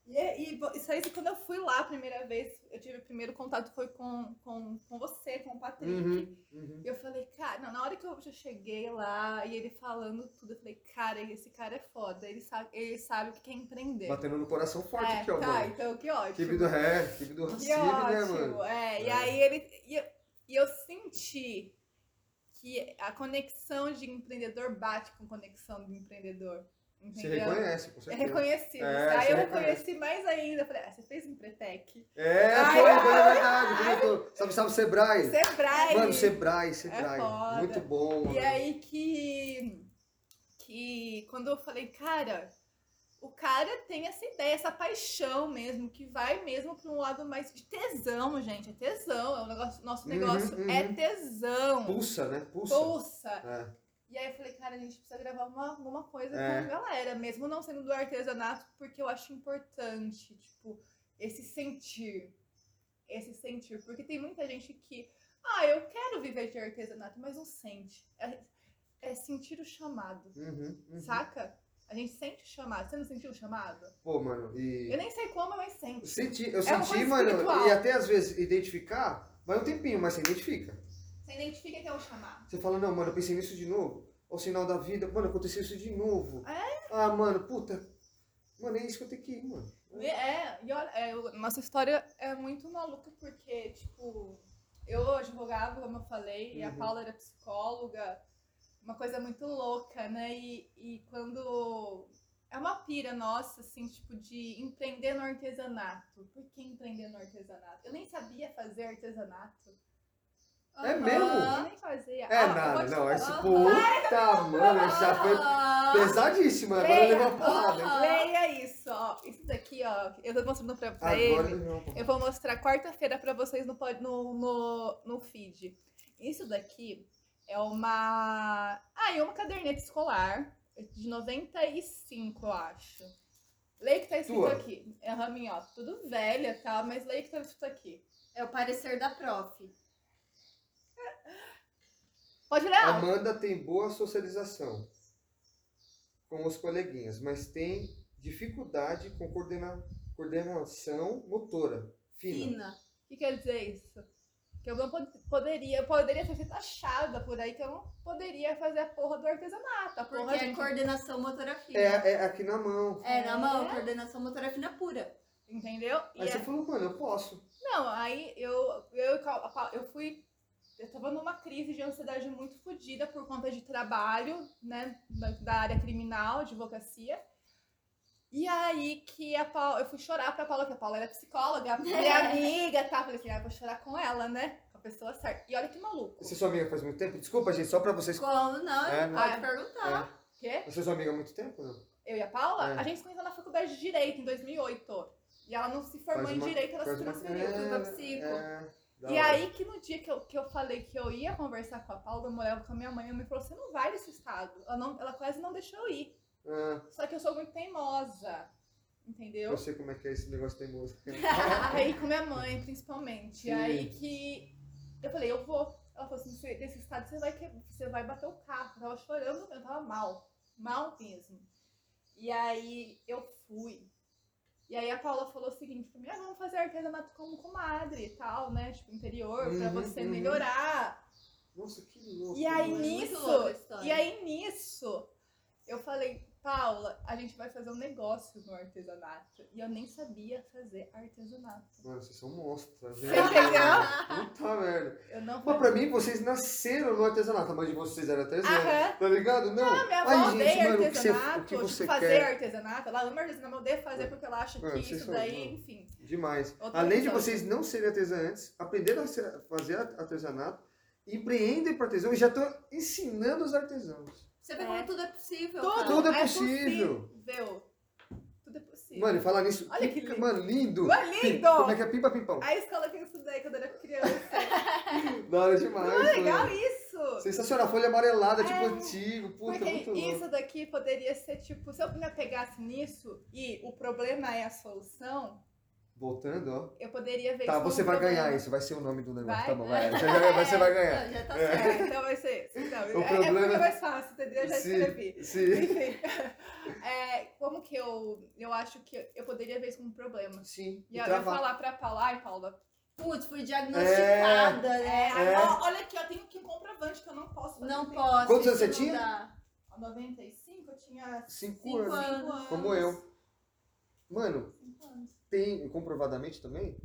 S1: E, é- e vo- isso aí, quando eu fui lá a primeira vez, eu tive o primeiro contato foi com, com, com você, com o Patrick.
S5: Uhum, uhum.
S1: E eu falei, cara, não, na hora que eu já cheguei lá e ele falando tudo, eu falei, cara, esse cara é foda, ele sabe, ele sabe o que é empreender.
S5: Batendo no coração forte
S1: é,
S5: aqui, ó,
S1: tá,
S5: mano.
S1: então que ótimo.
S5: Equipe do Hair, equipe do Hacib,
S1: Que
S5: né,
S1: ótimo.
S5: mano?
S1: é, e
S5: É.
S1: aí ele. E eu, e eu senti que a conexão de empreendedor bate com conexão do empreendedor.
S5: Se
S1: Entendeu?
S5: reconhece, com
S1: É
S5: certeza.
S1: reconhecido.
S5: É,
S1: aí
S5: você
S1: eu
S5: reconhece.
S1: reconheci mais ainda. Eu Falei, ah, você fez empretec?
S5: É,
S1: Ai,
S5: foi,
S1: ai,
S5: foi, é verdade. comentou. Salve, salve, Sebrae.
S1: Sebrae! É
S5: Mano, Sebrae, Sebrae.
S1: foda.
S5: Muito bom.
S1: E
S5: mano.
S1: aí que, que quando eu falei, cara, o cara tem essa ideia, essa paixão mesmo, que vai mesmo para um lado mais de tesão, gente. É tesão. É o negócio, nosso
S5: Uhum,
S1: negócio é
S5: uhum.
S1: tesão.
S5: Pulsa, né? Pulsa.
S1: Pulsa.
S5: É.
S1: E aí eu falei, cara, a gente precisa gravar uma, alguma coisa
S5: É.
S1: com a galera, mesmo não sendo do artesanato, porque eu acho importante, tipo, esse sentir. Esse sentir. Porque tem muita gente que, ah, eu quero viver de artesanato, mas não sente. É, é sentir o chamado,
S5: Uhum, uhum.
S1: saca? A gente sente o chamado. Você não sentiu o chamado?
S5: Pô, mano, e.
S1: Eu nem sei como, mas sente.
S5: Senti, eu
S1: uma
S5: senti,
S1: coisa
S5: mano,
S1: espiritual.
S5: e até às vezes identificar, vai um tempinho, mas você identifica.
S1: Você identifica que é o chamado.
S5: Você fala, não, mano, eu pensei nisso de novo. Ó, O sinal da vida, mano, aconteceu isso de novo.
S1: É?
S5: Ah, mano, puta. Mano, é isso que eu tenho que ir, mano.
S1: E É, e olha, é, o- nossa história é muito maluca, porque, tipo, eu advogava, como eu falei, e a
S5: Uhum.
S1: Paula era psicóloga, uma coisa muito louca, né? E, e quando. É uma pira nossa, assim, tipo, de empreender no artesanato. Por que empreender no artesanato? Eu nem sabia fazer artesanato.
S5: É
S1: Aham.
S5: mesmo?
S1: Eu nem fazia.
S5: É
S1: Ah, eu
S5: nada,
S1: posso-
S5: não, esse
S6: Ah.
S1: tá
S5: puta, mano, essa foi
S6: Ah,
S5: pesadíssima. Agora
S1: Leia.
S5: levou a porrada. hein?
S1: Leia isso, ó. Isso daqui, ó. Eu tô mostrando pra, pra
S5: Agora
S1: ele.
S5: ele levou a porrada.
S1: Eu vou mostrar quarta-feira pra vocês no, pod- no, no, no feed. Isso daqui é uma. Ah, é uma caderneta escolar de 95, eu acho. Leia que tá escrito
S5: Tua.
S1: aqui. É a minha, ó. Tudo velha, tá? Mas leia que tá escrito aqui.
S6: é o parecer da prof.
S1: Pode ler alto.
S5: Amanda tem boa socialização com os coleguinhas, mas tem dificuldade com coordena- coordenação motora fina.
S6: Fina.
S1: O que quer dizer isso? Que eu não pod- poderia, eu poderia ser taxada por aí, que eu não poderia fazer a porra do artesanato. A porra
S6: Porque
S1: de-
S6: é coordenação motora fina.
S5: É, é aqui na mão.
S6: É, na mão,
S1: É.
S6: coordenação motora fina pura.
S1: Entendeu? E
S5: Aí você
S1: é-
S5: falou, mano, eu posso.
S1: Não, aí eu, eu, e Cal- a Pa- eu fui. Eu tava numa crise de ansiedade muito fodida por conta de trabalho, né? Da, da área criminal, advocacia. E aí que a Paula, eu fui chorar pra Paula, que a Paula era psicóloga, minha amiga, tá? Falei assim, ah, eu vou chorar com ela, né? Com a pessoa certa. E olha que maluco.
S5: Você é sua amiga faz muito tempo? Desculpa, gente, só pra vocês.
S6: Como não?
S5: É, né?
S6: Pode perguntar.
S1: O quê?
S5: Você é sua amiga há muito tempo? Não?
S1: Eu e a Paula,
S5: É.
S1: a gente se conheceu na faculdade de Direito, em 2008. E ela não se formou
S5: Faz
S1: em
S5: uma-
S1: Direito, ela
S5: faz
S1: se
S5: uma-
S1: transferiu
S5: É,
S1: pra psico.
S5: é, da
S1: E
S5: hora.
S1: aí que no dia que eu, que eu falei que eu ia conversar com a Paula, eu morava com a minha mãe, ela me falou, você não vai nesse estado. Ela, não, ela quase não deixou eu ir.
S5: Ah,
S1: Só que eu sou muito teimosa, entendeu?
S5: eu sei como é que é esse negócio teimoso.
S1: aí com minha mãe, principalmente.
S5: Sim.
S1: E aí que eu falei, eu vou. Ela falou assim, "Você- nesse estado você vai, que- você vai bater o carro. Eu tava chorando, eu tava mal. Mal mesmo. E aí eu fui. E aí a Paula falou o seguinte pra mim, ah, vamos fazer artesanato como comadre e tal, né? Tipo, interior, pra
S5: Uhum,
S1: você
S5: uhum.
S1: melhorar.
S5: Nossa, que louco. né?
S1: E aí,
S5: mano.
S1: nisso,
S6: é Muito louca a história.
S1: E aí, nisso, eu falei, Paula, a gente vai fazer um negócio no artesanato. E eu nem sabia fazer artesanato.
S5: Mano, vocês são monstros. tá
S1: Você
S5: vendo?
S1: entendeu?
S5: Puta merda.
S1: Eu não
S5: Mas pra mim, vocês nasceram no artesanato. A mãe de vocês era artesana.
S1: Aham.
S5: Tá ligado? Não.
S1: Ah, minha avó
S5: Ai, gente,
S1: odeia
S5: mano, o que você,
S1: artesanato,
S5: o que
S1: tipo,
S5: você
S1: fazer
S5: quer?
S1: artesanato. Ela ama artesanato, mas odeia fazer porque ela acha
S5: Mano,
S1: que
S5: vocês
S1: isso
S5: são-
S1: daí,
S5: mano.
S1: enfim.
S5: Demais.
S1: Outra
S5: Além de
S1: visão.
S5: vocês não serem artesanantes, aprenderam a ser- fazer artesanato, empreendem para artesão e já estão ensinando os artesãos.
S6: Você vê como tudo é possível.
S1: Tudo,
S6: cara.
S5: Tudo é possível.
S1: possível. Tudo é possível.
S5: Mano, e falar nisso.
S1: Olha que
S5: pica-
S1: lindo.
S5: Mano, lindo.
S1: Ué,
S5: Pim-
S1: lindo!
S5: Como é que é pimpa pimpão?
S1: A escola que eu estudei quando eu era criança.
S5: Da hora demais.
S1: Não é legal
S5: mano.
S1: isso?
S5: Sensacional. Folha amarelada, tipo
S1: É.
S5: antigo. Puta,
S1: Porque
S5: muito louco.
S1: isso daqui poderia ser tipo, se eu me apegasse nisso e o problema é a solução,
S5: Voltando, ó.
S1: eu poderia ver
S5: Tá,
S1: isso como
S5: você
S1: um
S5: vai
S1: problema.
S5: ganhar isso. Vai ser o nome do negócio.
S1: Vai?
S5: Tá bom, vai. Você, já- você vai ganhar.
S6: Já tá certo.
S1: É, então vai ser isso. Então, é, é
S5: problema-
S1: porque é mais fácil, entendeu? Eu já
S5: Sim.
S1: escrevi.
S5: Sim.
S1: Enfim, é, como que eu. Eu acho que eu poderia ver isso como um problema.
S5: Sim.
S1: E
S5: e
S1: eu ia
S5: travar.
S1: falar pra Paula, ai, Paula.
S6: Putz, fui diagnosticada,
S1: É,
S6: né?
S5: É.
S1: ó, olha aqui, eu tenho que um comprovante que eu não posso fazer.
S6: Não
S1: isso.
S6: posso.
S5: Quantos anos
S6: isso
S5: você
S6: não
S5: tinha?
S6: dá.
S1: Em 95 eu tinha 5
S5: Cinco,
S6: Cinco
S5: anos.
S6: anos.
S1: anos.
S5: Como eu. Mano,
S1: Cinco anos.
S5: tem comprovadamente também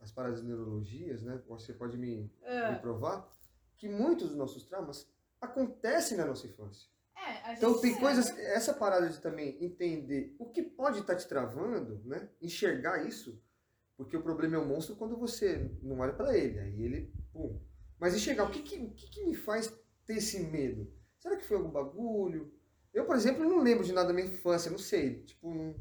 S5: as parasneurologias, né? Você pode me, me
S6: É.
S1: Ah,
S5: provar que muitos dos nossos traumas acontecem na nossa infância.
S1: É, a gente
S5: Então tem
S1: é.
S5: coisas, essa parada de também entender o que pode estar te travando, né? Enxergar isso, porque o problema é o monstro quando você não olha pra ele, aí ele, pum. Mas enxergar o que que, o que que me faz ter esse medo? Será que foi algum bagulho? Eu, por exemplo, não lembro de nada da minha infância, não sei, tipo, não...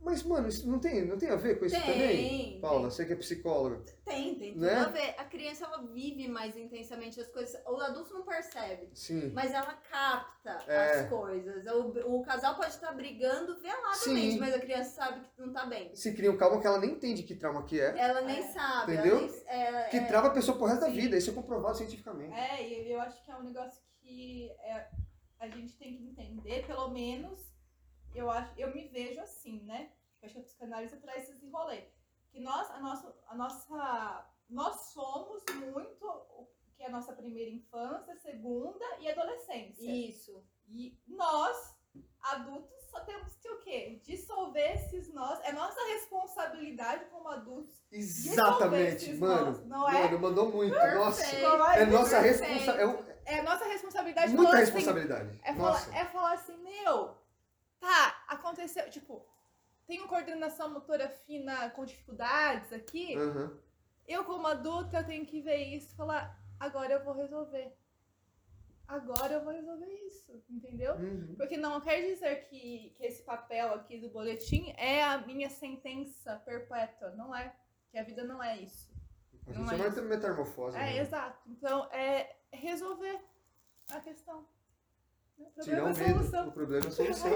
S5: mas mano, isso não tem, não tem a ver com isso também?
S6: Tem.
S5: Paula, você que é psicóloga.
S6: Tem, tem tudo
S5: Né?
S6: a ver. A criança ela vive mais intensamente as coisas. O adulto não percebe.
S5: Sim.
S6: Mas ela capta
S5: É.
S6: as coisas. O, o casal pode estar brigando veladamente,
S5: Sim.
S6: mas a criança sabe que não tá bem.
S5: Se cria um calma que ela nem entende que trauma que é,
S6: Ela nem
S1: É.
S6: sabe.
S5: Entendeu?
S6: Ela nem, é,
S5: que
S6: é-
S5: trava a pessoa pro resto da
S1: Sim.
S5: vida, isso é comprovado cientificamente.
S1: É, e eu acho que é um negócio que é, a gente tem que entender, pelo menos eu acho, eu me vejo assim, né? Eu acho que a psicanálise traz esse rolê. Que nós, a nossa, a nossa, nós somos muito o que é a nossa primeira infância, segunda e adolescência.
S6: Isso.
S1: E nós, adultos, só temos que o quê? Dissolver esses nós. É nossa responsabilidade como adultos. dissolver
S5: Exatamente,
S1: esses
S5: mano.
S1: nós, não é?
S5: Mano, mandou muito. Nossa.
S6: Perfeito.
S5: É nossa
S6: Perfeito.
S5: responsabilidade.
S1: É nossa responsabilidade.
S5: É muita
S1: falar assim,
S5: responsabilidade.
S1: É
S5: Nossa.
S1: falar, é falar assim, meu, tá, aconteceu, tipo, tenho coordenação motora fina com dificuldades aqui.
S5: Aham.
S1: Eu, como adulta, tenho que ver isso e falar, agora eu vou resolver. Agora eu vou resolver isso, entendeu?
S5: Uhum.
S1: Porque não quer dizer que, que esse papel aqui do boletim é a minha sentença perpétua. Não é. Que a vida não é isso.
S5: A
S1: Não
S5: gente
S1: é
S5: chama
S1: isso.
S5: de metamorfose.
S1: É,
S5: né?
S1: exato. Então, é resolver a questão. O
S5: Tirar o
S1: problema é a
S5: medo.
S1: solução.
S5: O problema é a solução.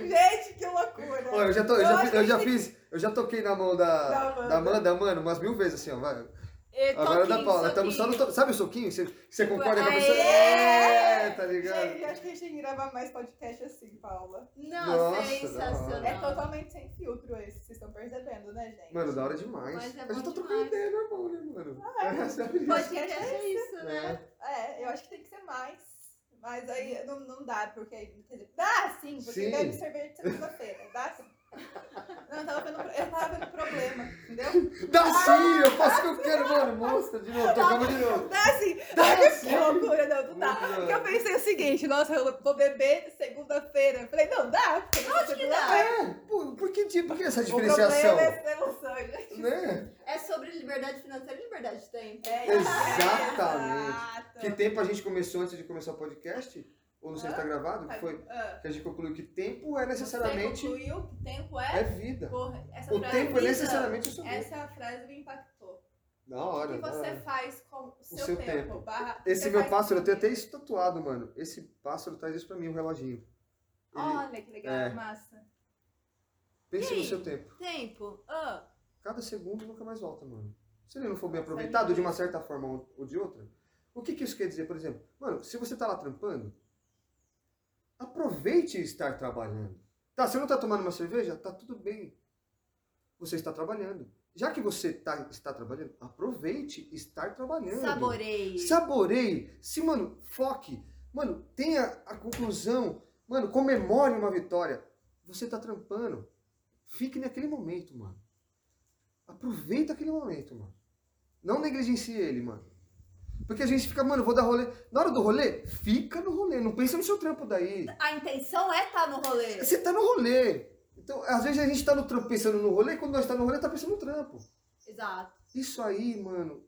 S1: Gente, que loucura!
S5: Ó, eu já, tô- eu
S1: Eu
S5: já
S1: acho
S5: fiz,
S1: que
S5: eu já
S1: tem
S5: fiz- eu já toquei na mão da,
S1: Da Amanda.
S5: da Amanda, mano, umas mil vezes assim, ó. Vai.
S1: É,
S5: Agora da
S1: toquinho,
S5: Paula. Estamos né? só no.
S1: soquinho.
S5: to- Sabe o soquinho? Você, você
S1: Tipo,
S5: concorda com a
S1: aê!
S5: pessoa? É, tá ligado?
S1: Gente, acho que a gente tem que gravar mais podcast assim, Paula.
S6: Não,
S5: Nossa,
S6: sensacional.
S5: da
S1: É totalmente sem filtro esse, vocês estão percebendo, né, gente?
S5: Mano, da hora demais.
S6: Mas é
S5: eu já tô
S6: bom
S5: trocando
S6: demais.
S5: ideia normal, né, mano?
S1: Ah,
S5: É, sabe isso?
S6: Podcast é isso, né?
S5: É.
S1: É, eu acho que tem que ser mais. Mas aí não, não dá, porque. aí- Quer dizer, dá sim, porque
S5: Sim.
S1: bebe cerveja de segunda-feira. Dá sim. Não, eu tava, vendo, pro- eu tava vendo problema, entendeu?
S5: Dá sim, eu faço o que eu quero, mano. Mostra de novo, tocamos de novo.
S1: Dá sim!
S5: Dá
S1: Que loucura, não, não dá.
S5: Mano.
S1: Porque eu pensei o seguinte, nossa, eu vou beber segunda-feira. Falei, não, dá, porque eu acho que dá.
S5: É, por, por que, tipo, por que essa
S1: O problema
S5: diferenciação?
S1: é essa emoção, gente.
S5: Né?
S6: É sobre liberdade financeira e liberdade de tempo.
S1: É,
S5: Exatamente.
S1: exato.
S5: Que tempo a gente começou antes de começar o podcast? Ou não sei se tá gravado? Que foi
S1: Ah,
S5: que a gente concluiu que tempo é
S1: Você
S5: necessariamente
S1: concluiu que tempo é?
S5: é vida.
S1: Porra, essa
S5: O
S1: frase
S5: tempo é
S1: me-
S5: necessariamente o seu vida.
S1: Essa frase me impactou.
S5: Na
S1: O
S5: hora.
S1: que
S5: da
S1: você
S5: hora.
S1: faz com o seu,
S5: ah, seu
S1: tempo?
S5: tempo.
S1: barra-
S5: Esse
S1: você
S5: meu
S1: faz-
S5: pássaro, eu tenho até isso tatuado, mano. Esse pássaro traz isso pra mim, o reloginho. Ele
S1: Olha que legal,
S5: É.
S1: massa.
S5: pensa no
S6: Ih.
S5: seu tempo.
S6: Tempo. Ah.
S5: Cada segundo nunca mais volta, mano. Se ele não for bem aproveitado de uma certa forma ou- ou de outra, o que, que isso quer dizer, por exemplo? Mano, se você tá lá trampando, Aproveite estar trabalhando. Tá, você não está tomando uma cerveja? Tá tudo bem. Você está trabalhando. Já que você tá, está trabalhando, aproveite estar trabalhando.
S6: Saboreie.
S5: Saboreie. Se, mano, foque. Mano, tenha a conclusão. Mano, comemore uma vitória. Você tá trampando. Fique naquele momento, mano. Aproveita aquele momento, mano. Não negligencie ele, mano. Porque a gente fica, mano, vou dar rolê. Na hora do rolê, fica no rolê. Não pensa no seu trampo daí.
S6: A intenção é estar no rolê.
S5: Você tá no rolê. Então, às vezes a gente tá no trampo pensando no rolê, e quando nós tá no rolê, tá pensando no trampo.
S6: Exato.
S5: Isso aí, mano.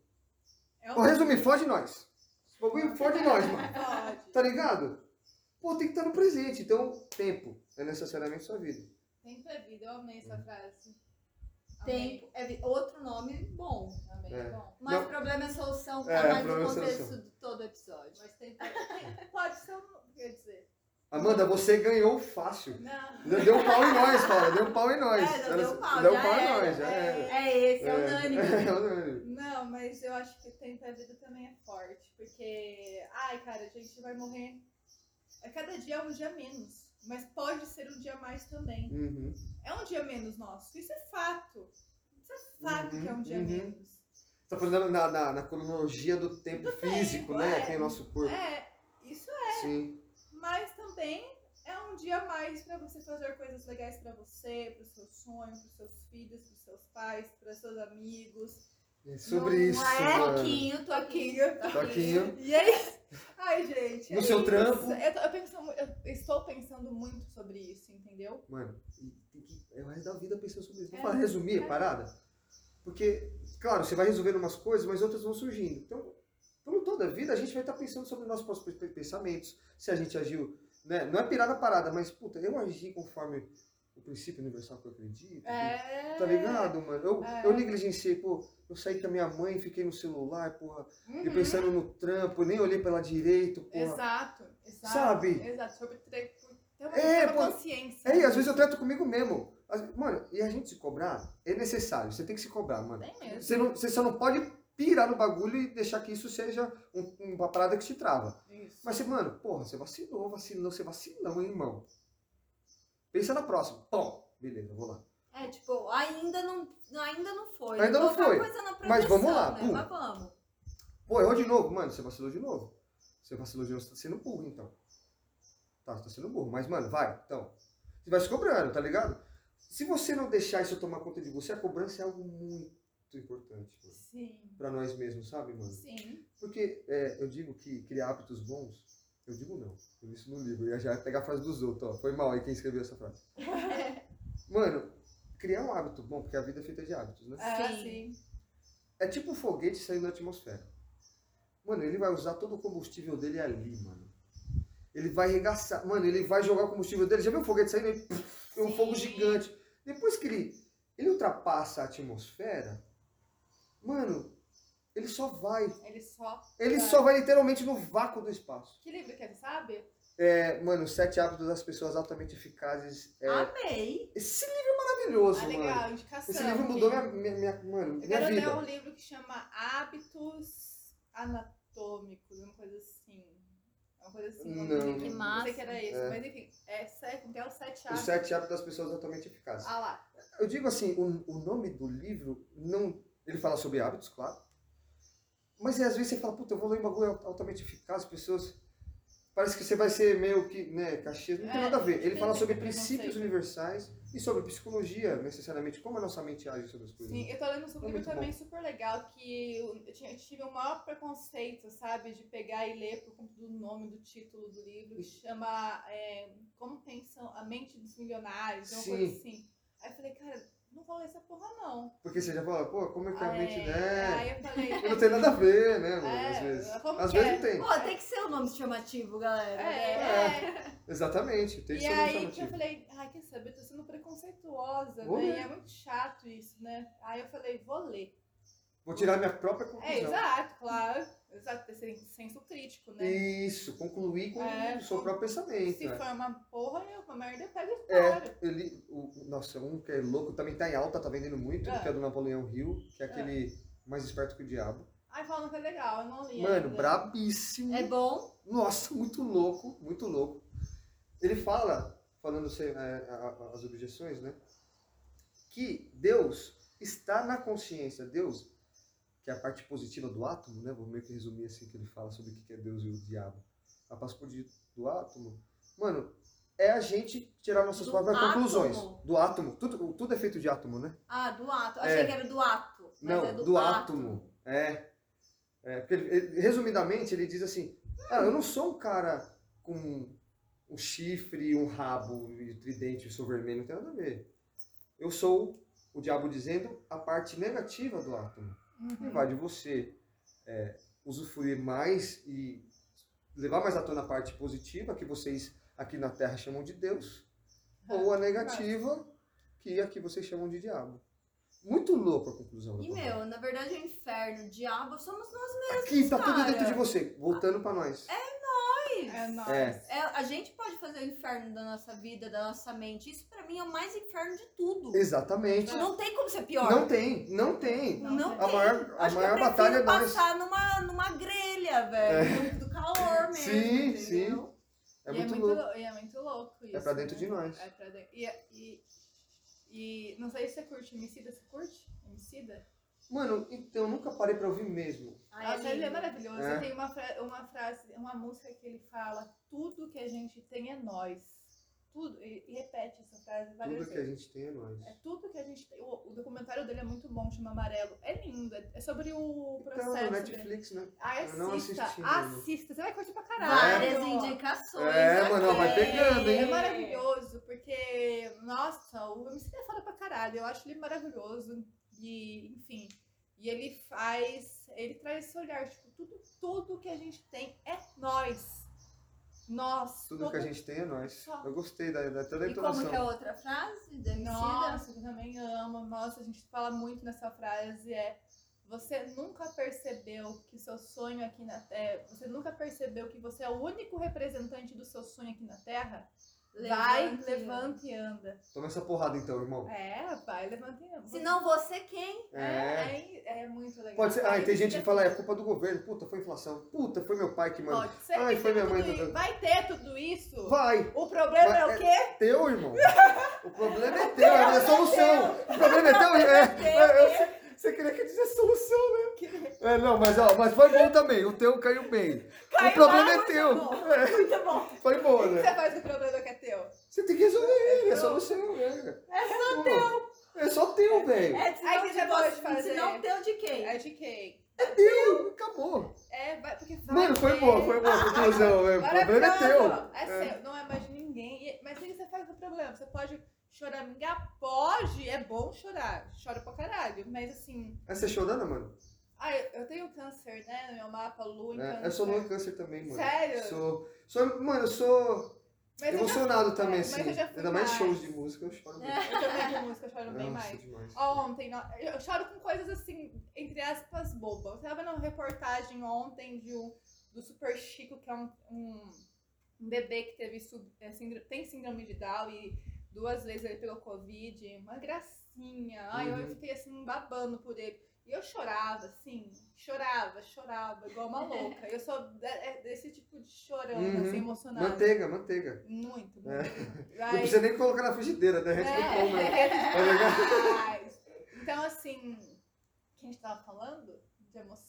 S1: É
S5: Ó, resumir, foge nós. Esse bagulho foge nós, mano.
S1: Pode.
S5: Tá ligado? Pô, tem que estar no presente. Então, tempo é necessariamente sua vida.
S1: Tempo é vida, eu amei essa frase. Amei,
S6: Tempo é vi- outro nome bom.
S1: Amei,
S5: É.
S1: bom.
S6: Mas
S5: Não.
S6: problema é solução, tá
S5: É,
S6: mais no
S5: problema é
S6: contexto
S5: solução.
S6: de todo o episódio.
S1: Mas tempo, tempo pode ser um. Quer dizer.
S5: Amanda, você ganhou fácil.
S1: Não.
S5: Deu deu pau em nós, Paula. Deu um pau em nós.
S6: É, já deu pau,
S5: Deu
S6: já
S5: pau em
S6: era,
S5: nós, já
S1: é.
S5: era.
S6: É esse, é, o
S5: É,
S6: Nani.
S5: é unânime.
S1: Não, mas eu acho que tempo é vida também é forte. Porque, ai, cara, a gente vai morrer. A cada dia é um dia menos. Mas pode ser um dia a mais também.
S5: Uhum.
S1: É um dia menos nosso. Isso é fato. Isso é fato
S5: Uhum,
S1: que é um dia
S5: uhum.
S1: menos.
S5: Tá falando na, na, na cronologia do tempo físico,
S1: tempo,
S5: né?
S1: é.
S5: Tem o nosso corpo.
S1: É, isso é.
S5: Sim.
S1: Mas também é um dia a mais pra você fazer coisas legais pra você, pro seu sonho, pros seus filhos, pros seus pais, para seus amigos.
S5: É sobre isso,
S6: é
S5: mano.
S6: Toquinho, Toquinho.
S5: Toquinho.
S1: E é isso. Ai, gente.
S5: No
S1: é
S5: seu
S1: isso.
S5: trampo.
S1: Eu, tô- eu penso mu- eu estou pensando muito sobre isso, entendeu?
S5: Mano, e tem que, é o resto da vida pensando sobre isso.
S1: É.
S5: Vamos falar, resumir a parada? Porque, claro, você vai resolvendo umas coisas, mas outras vão surgindo. Então, por toda a vida, a gente vai estar pensando sobre nossos próprios pe- pensamentos, se a gente agiu. Né? Não é pirar na parada, mas, puta, eu agi conforme o princípio universal que eu acredito.
S1: É.
S5: Tá ligado, mano? Eu,
S1: É.
S5: eu negligenciei, pô, eu saí com a minha mãe, fiquei no celular, porra,
S1: Uhum.
S5: e pensando no trampo, nem olhei pra ela direito, porra.
S1: Exato, exato.
S5: Sabe?
S1: Exato, sobre ter, ter uma,
S5: É,
S1: ter uma
S5: pô.
S1: consciência.
S5: É, e às vezes eu trato comigo mesmo. Às- Mano, e a gente se cobrar é necessário. Você tem que se cobrar, mano.
S1: Tem mesmo.
S5: Você, não, você só não pode pirar no bagulho e deixar que isso seja um- uma parada que te trava.
S1: Isso.
S5: Mas você, mano, porra, você vacilou, vacilou, você vacilou, hein, irmão. Pensa na próxima. Pô, beleza, vou lá.
S6: É, tipo, ainda não, ainda não foi.
S5: Ainda não
S6: Colocar
S5: foi.
S6: Coisa na
S5: Mas vamos
S6: progressão,
S5: lá,
S6: né?
S5: pum.
S6: Mas vamos.
S5: Pô, errou de novo, mano, você vacilou de novo. Você vacilou de novo, você tá sendo burro, então. Tá, você tá sendo burro, mas, mano, vai, então. Você vai se cobrando, tá ligado? Se você não deixar isso tomar conta de você, a cobrança é algo muito importante, mano.
S1: Sim,
S5: Pra nós mesmos, sabe, mano?
S1: sim.
S5: Porque é, eu digo que criar hábitos bons, eu digo não, eu li isso no livro, eu ia já pegar a frase dos outros, ó, foi mal aí quem escreveu essa frase. Mano, criar um hábito bom, porque a vida é feita de hábitos, né?
S1: É,
S6: Sim.
S1: sim.
S5: É tipo um foguete saindo da atmosfera. Mano, ele vai usar todo o combustível dele ali, mano. Ele vai arregaçar, mano, ele vai jogar o combustível dele, já viu o foguete saindo? Ele, pff, é um
S6: Sim.
S5: fogo gigante. Depois que ele, ele ultrapassa a atmosfera, mano, ele só vai
S1: Ele só.
S5: ele
S1: É.
S5: só vai literalmente no vácuo do espaço.
S1: Que livro que é, sabe?
S5: É, mano, Sete Hábitos das Pessoas Altamente Eficazes. é-
S6: Amei.
S5: Esse livro é maravilhoso,
S1: Ah,
S5: mano.
S1: legal, indicação.
S5: Esse livro mudou minha,
S1: gente.
S5: minha, minha- mano,
S1: Eu
S5: É minha
S1: quero ler
S5: vida.
S1: um livro que chama Hábitos Anatômicos, uma coisa assim. É uma coisa assim. uma
S5: Não.
S1: coisa
S6: Que
S1: que- Não
S6: massa.
S1: sei que era esse, mas enfim. É sete, então é os sete
S5: Os
S1: hábitos.
S5: Sete Hábitos das Pessoas Altamente Eficazes.
S1: Ah lá.
S5: Eu digo assim, o, o nome do livro não. Ele fala sobre hábitos, claro. Mas às vezes você fala, puta, eu vou ler um bagulho alt- altamente eficaz, pessoas. Parece que você vai ser meio que, né, caxias, não tem
S1: É,
S5: nada a ver. Ele
S1: tem-
S5: fala
S1: tem
S5: sobre
S1: preconceito.
S5: princípios universais e sobre psicologia, necessariamente, como a nossa mente age sobre as coisas.
S1: Sim, eu tô lendo sobre um
S5: Muito
S1: livro também super legal, que eu, eu tinha- eu tive o maior preconceito, sabe, de pegar e ler por conta do nome, do título do livro, que chama é, Como Pensam a Mente dos Milionários, uma coisa
S5: Sim.
S1: assim. Aí eu falei, cara, não vou ler essa porra, não.
S5: Porque você já fala, pô, como é que a
S1: Aí-
S5: mente, né?
S1: Aí eu falei...
S5: Não tem nada a ver, né, mano?
S1: É,
S5: às vezes.
S1: como
S5: Às
S1: que
S5: vezes
S1: é?
S5: não tem.
S6: Pô, tem que ser o nome chamativo, galera.
S1: É, é.
S5: Exatamente, tem que
S1: E
S5: ser
S1: aí que eu
S5: motivo.
S1: falei, ai, quer saber, eu tô sendo preconceituosa,
S5: Vou
S1: né?
S5: ler.
S1: E é muito chato isso, né? Aí eu falei, vou ler.
S5: Vou tirar minha própria
S1: É,
S5: conclusão.
S1: exato, claro. Exato, ter sen- senso crítico, né?
S5: Isso, concluir com
S1: É,
S5: o seu
S1: com-
S5: próprio pensamento.
S1: Se
S5: né?
S1: for uma porra, eu, uma merda, eu pego e
S5: É.
S1: paro.
S5: Eu li, o, o- nossa, um que é louco, também tá em alta, tá vendendo muito,
S1: É.
S5: que é do Napoleão Hill, que é
S1: É.
S5: aquele mais esperto que o diabo.
S1: Aí falam que é legal, eu não li
S5: Mano,
S1: ainda.
S5: brabíssimo.
S6: É bom.
S5: Nossa, muito louco, muito louco. Ele fala, falando sem, é, a- a- as objeções, né? Que Deus está na consciência. Deus, que é a parte positiva do átomo, né? Vou meio que resumir assim que ele fala sobre o que é Deus e o diabo. A parte positiva do átomo, mano, é a gente tirar nossas
S6: Do
S5: próprias
S6: átomo.
S5: conclusões. Do átomo. Tudo, tudo é feito de átomo, né?
S6: Ah, do ato. Eu
S5: É.
S6: achei que era do ato. Mas
S5: Não,
S6: é
S5: do,
S6: do,
S5: átomo. É. É, porque ele- ele- resumidamente, ele diz assim: Ah, eu não sou um cara com um chifre, um rabo e tridente, sou vermelho, não tem nada a ver. Eu sou, o diabo dizendo, a parte negativa do átomo.
S1: Uhum.
S5: Que vai de você é, usufruir mais e levar mais à tona a parte positiva, que vocês aqui na Terra chamam de Deus, ou a negativa, que aqui vocês chamam de diabo. Muito louco a conclusão. do
S6: E
S5: Corão.
S6: meu, na verdade é o inferno, o diabo, somos nós
S5: Aqui tá tudo
S6: cara.
S5: dentro de você, voltando pra nós.
S6: mesmos.
S1: É nóis.
S5: É.
S6: É, a gente pode fazer o inferno da nossa vida, da nossa mente. Isso pra mim é o mais inferno de tudo.
S5: Exatamente.
S6: Não tem como ser pior.
S5: Não tem, não tem.
S6: Não,
S5: A
S6: tem.
S5: maior, a
S6: Acho
S5: maior
S6: que eu prefiro
S5: batalha é nós.
S6: passar numa, numa grelha, velho. Do calor mesmo.
S5: Sim,
S6: entendeu?
S5: É
S1: e
S5: muito louco.
S1: e é muito louco isso.
S5: É pra dentro
S1: né?
S5: de nós.
S1: É pra dentro. E, e, e não sei se você curte Emicida, você curte? Emicida?
S5: Mano, então eu nunca parei pra ouvir mesmo.
S6: Ai,
S1: Nossa, ele é
S6: lindo.
S1: maravilhoso.
S5: É.
S1: Tem uma, fra- uma frase, uma música que ele fala, tudo que a gente tem é nós. Tudo, e, e repete essa frase várias
S5: Tudo
S1: vezes.
S5: que a gente tem é nós.
S1: É tudo que a gente tem. O, o documentário dele é muito bom, chama Amarelo. É lindo, é é sobre o
S5: Então,
S1: processo. dele.
S5: Netflix, né?
S1: Ah,
S5: eu não
S1: assista,
S5: assisti ainda.
S1: assista. Você vai curtir pra caralho.
S6: Várias
S1: ó.
S6: indicações.
S5: É, mano, ó,
S6: aqui.
S5: vai pegando, hein?
S1: É maravilhoso, porque, nossa, o MC é foda pra caralho. Eu acho ele maravilhoso. E, enfim. E ele faz. Ele traz esse olhar, tipo, tudo, tudo que a gente tem é nós. Nós.
S5: Tudo que a gente tem é nós.
S1: Só.
S5: Eu gostei da, da toda a
S6: E como que é a
S5: entonação.
S6: outra frase? Da Emicida?
S1: Nossa, eu também amo. Nossa, a gente fala muito nessa frase. É você nunca percebeu que seu sonho aqui na Terra. é, Você nunca percebeu que você é o único representante do seu sonho aqui na Terra? Vai,
S6: Levante.
S1: levanta e anda.
S5: Toma essa porrada então, irmão.
S1: É, vai, levanta e anda.
S6: Se não você, quem?
S5: É.
S1: É, é, é muito legal.
S5: Pode ser. Ah,
S1: Aí
S5: e tem
S1: você
S5: gente que fala, é culpa do governo. Puta, foi inflação. Puta, foi meu pai que mandou.
S1: assim." Pode ser.
S5: Ai,
S1: que
S5: foi
S1: tenha
S5: minha mãe
S1: tudo
S5: tocando.
S1: isso. Vai ter tudo isso?
S5: Vai!
S1: O problema
S5: Vai-
S1: é o quê?
S5: teu, irmão. O problema é teu, é a solução. O problema é teu, é. é, eu sei- Você queria que eu dissesse solução, né? É, não, mas, ó, mas foi bom também. O teu caiu bem. o problema é teu. É,
S6: Muito bom.
S5: foi bom,
S1: O que
S5: né?
S1: você faz com o problema que é teu?
S5: Você tem que resolver ele,
S1: Então-
S5: é solução, né? É só teu. É só teu, velho.
S6: É, se
S1: Aí
S6: não
S1: você já
S6: de
S1: pode
S6: você-
S1: fazer.
S6: Se não teu, de quem?
S1: É de quem?
S5: Acabou.
S1: É, vai, porque vai
S5: Mano, foi
S1: ter.
S5: bom, foi boa a conclusão. é, O problema é teu.
S1: Maravilhoso. É seu, não é mais de ninguém. E- Mas o que você faz com o problema? Você pode choramingar? Pode, é bom chorar. Chora pra caralho. Mas assim,
S5: É você chorando, mano?
S1: ah, eu eu tenho câncer, né? No meu mapa, lua, em
S5: É,
S1: câncer.
S5: eu sou louco câncer também, mano.
S1: Sério?
S5: Sou, sou, mano, eu sou
S1: Mas eu já-
S5: emocionado também,
S1: mas
S5: assim.
S1: eu já fui
S5: Ainda mais shows
S1: mais. É,
S5: de música, eu choro muito.
S1: Eu também de música, eu choro bem
S5: Nossa,
S1: mais.
S5: demais.
S1: Ontem, no- eu choro com coisas assim, entre aspas, bobas. Eu tava numa reportagem ontem de um, do Super Chico, que é um, um, um bebê que teve sub- é, síndro- tem síndrome de Down e duas vezes ele pegou Covid. Uma gracinha. Ai, eu
S5: Uhum.
S1: fiquei assim, babando por ele. E eu chorava, assim, chorava, chorava, igual uma louca. Eu sou de- é desse tipo de chorão,
S5: Uhum.
S1: assim, emocionada.
S5: Manteiga, É. manteiga.
S1: Muito, muito.
S5: Não
S1: Ai,
S5: precisa nem colocar na frigideira, né? A gente tem como, né?
S1: é.
S5: legal.
S1: Mas, então, assim, o que a gente tava falando? De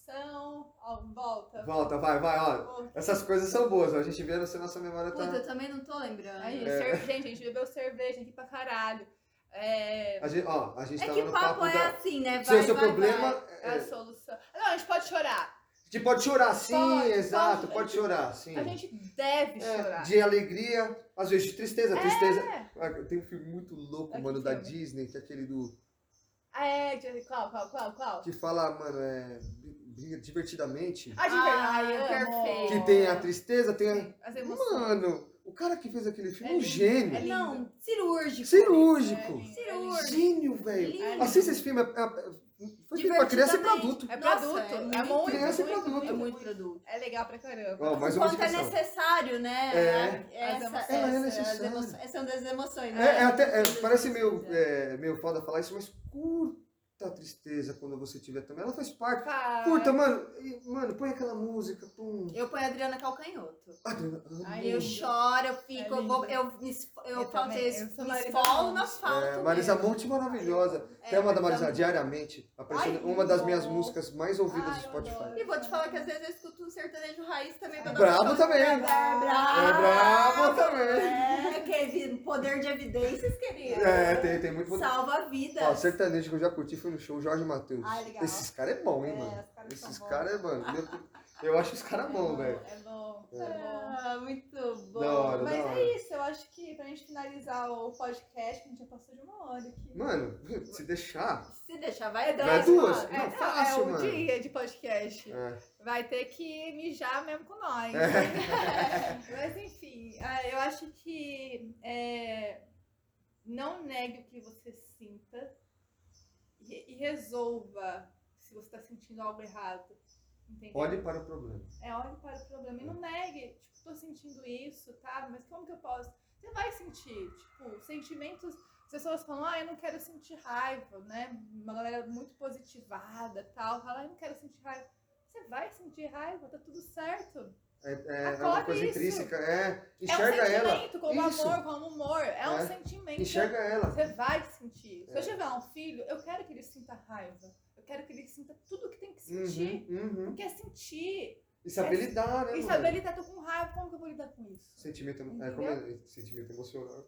S1: emoção, ó, volta.
S5: Volta, vai, vai, ó.
S1: volta.
S5: Essas coisas são boas, ó. A gente vê se a nossa memória
S6: Puta, eu
S5: tá.
S6: também não tô lembrando. É
S1: Aí,
S5: é.
S1: cerve- Gente, a gente bebeu cerveja aqui pra caralho. É,
S5: A gente, ó, a gente
S6: É
S5: tava
S6: que
S5: no
S6: papo,
S5: papo
S6: é
S5: da.
S6: assim, né? Vai,
S5: Seu, seu
S6: vai,
S5: problema.
S6: vai.
S1: é a solução. Não, a gente pode chorar.
S5: A gente pode chorar, sim,
S1: Pode,
S5: exato,
S1: pode.
S5: pode, chorar, sim.
S1: A gente deve
S5: É,
S1: chorar.
S5: de alegria, às vezes de tristeza, tristeza.
S1: É.
S5: Ah, Tem um filme muito louco,
S1: Ah, que
S5: mano, da
S1: filme?
S5: Disney, que é aquele do.
S1: É, de- qual, qual, qual, qual?
S5: que fala, mano, é. brinca divertidamente.
S1: A de
S6: Ai,
S1: verdade, amo.
S6: perfeito.
S5: Que tem
S1: é.
S5: a tristeza, tem a.
S1: As emoções.
S5: Mano, o cara que fez aquele filme é um
S1: lindo,
S5: gênio.
S1: é lindo.
S6: Não, cirúrgico.
S5: Cirúrgico.
S1: É,
S6: Cirúrgico.
S5: Gênio, velho.
S6: Lindo.
S5: Assista esse filme. É, é- foi feito pra criança e pra adulto.
S1: É
S6: Nossa,
S1: produto.
S6: é
S1: é,
S6: muito-
S1: muito,
S5: Criança e
S1: muito,
S5: produto.
S6: É
S1: muito,
S6: muito
S1: muito.
S6: produto.
S1: É legal pra caramba.
S5: Ó, mais uma
S6: Quanto é
S5: indicação.
S6: necessário, né?
S5: É.
S6: Essa,
S1: As emoções.
S6: essa,
S5: Ela é
S6: as
S5: necessária.
S6: emoções- São das emoções,
S5: É,
S6: né?
S5: é até, é,
S6: Das
S5: parece
S6: emoções, né?
S5: meio, é, meio foda falar isso, mas curta Curta a tristeza quando você tiver também. Ela faz parte.
S1: Vai.
S5: Curta, mano. E, mano, põe aquela música. Pum. Ah,
S6: Eu ponho a Adriana Calcanhoto.
S5: Adriana, amo.
S1: Ai,
S6: Aí eu
S1: Lindo.
S6: choro, eu fico,
S1: É
S6: eu, vou,
S1: lindo.
S6: eu, me es- eu,
S1: Eu
S6: falo,
S1: também,
S6: eu
S1: eu sou
S6: me
S1: Marisa
S6: esfolo na
S1: Monte.
S6: falta.
S5: É, Marisa
S6: mesmo.
S5: Monte maravilhosa.
S6: É,
S5: Tem uma da
S6: Marisa
S5: Marisa diariamente. Aparecendo
S6: Ai,
S5: uma das minhas
S6: não.
S5: músicas mais ouvidas
S1: Ai,
S5: do
S1: eu
S5: Spotify.
S1: adoro.
S6: E vou te falar que às vezes eu escuto um sertanejo raiz também. pra dar uma
S5: Bravo
S6: escola.
S5: também.
S6: É
S5: É bravo também.
S6: É, Kevin, poder de evidências, querido.
S5: É, tem, tem muito.
S6: Salva vidas.
S5: Ó, o sertanejo que eu já curti foi no show Jorge Matheus.
S6: Ah, legal.
S5: Esses caras é bom, hein,
S7: É,
S5: mano?
S7: os caras são
S5: Esses
S7: bons.
S5: caras é, mano. Eu, eu acho os
S1: É
S5: caras
S1: bom,
S5: Tá bom, velho.
S1: É bom, é bom.
S6: Ah, muito bom.
S5: Da hora,
S1: Mas
S5: da hora.
S1: é isso, eu acho que pra gente finalizar o podcast, que a gente já passou de uma hora aqui.
S5: Mano, se deixar.
S6: Se deixar, vai dar.
S5: Vai duas.
S6: mano.
S1: É,
S5: Não,
S1: não,
S5: fácil,
S1: é o
S5: mano.
S1: dia de podcast.
S5: É.
S1: Vai ter que mijar mesmo com
S5: É.
S1: nós. Mas enfim, ah, eu acho que é, não negue o que você sinta e, e resolva se você está sentindo algo errado. Entendeu?
S5: Olhe para o problema.
S1: É, olhe para o problema e não
S5: É.
S1: negue, tipo, tô sentindo isso, tá? Mas como que eu posso? Você vai sentir, tipo, sentimentos. As pessoas falam, ah, eu não quero sentir raiva, né? Uma galera muito positivada tal, fala, ah, eu não quero sentir raiva. Você vai sentir raiva, tá tudo certo.
S5: É, é, é uma
S1: Acolhe
S5: coisa
S1: isso.
S5: intrínseca. É.
S1: É um
S5: Enxerga ela.
S1: sentimento, como
S5: Isso.
S1: amor, como humor. É um
S5: É.
S1: sentimento.
S5: Enxerga ela.
S1: Você vai sentir. Se
S5: É.
S1: eu tiver um filho, eu quero que ele sinta raiva. Eu quero que ele sinta tudo que tem que sentir.
S5: Uhum, uhum.
S1: Porque é sentir.
S5: E saber
S1: É-
S5: lidar, né?
S1: E
S5: mano?
S1: saber lidar, tô com raiva, como que eu vou lidar com isso?
S5: Sentimento, é, como é? Sentimento emocional.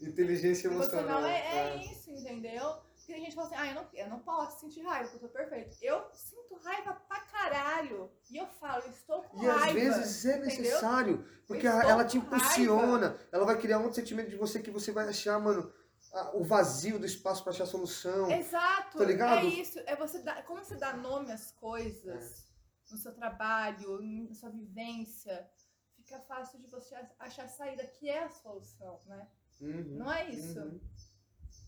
S5: Inteligência emocional.
S1: emocional é, é isso, entendeu? Porque a gente fala assim, ah, eu não, eu não posso sentir raiva, porque eu tô perfeito. Eu sinto raiva pra caralho. E eu falo, eu estou com
S5: E
S1: raiva.
S5: às vezes é
S1: entendeu?
S5: necessário, porque
S1: Eu
S5: a-
S1: estou
S5: ela te
S1: com raiva.
S5: impulsiona, ela vai criar um sentimento de você que você vai achar, mano, a- o vazio do espaço pra achar solução.
S1: Exato.
S5: Tá ligado?
S1: É isso. É você dar, como você dá nome às coisas
S5: É.
S1: no seu trabalho, na sua vivência, fica fácil de você achar a saída, que é a solução, né?
S5: Uhum,
S1: Não é isso.
S5: uhum.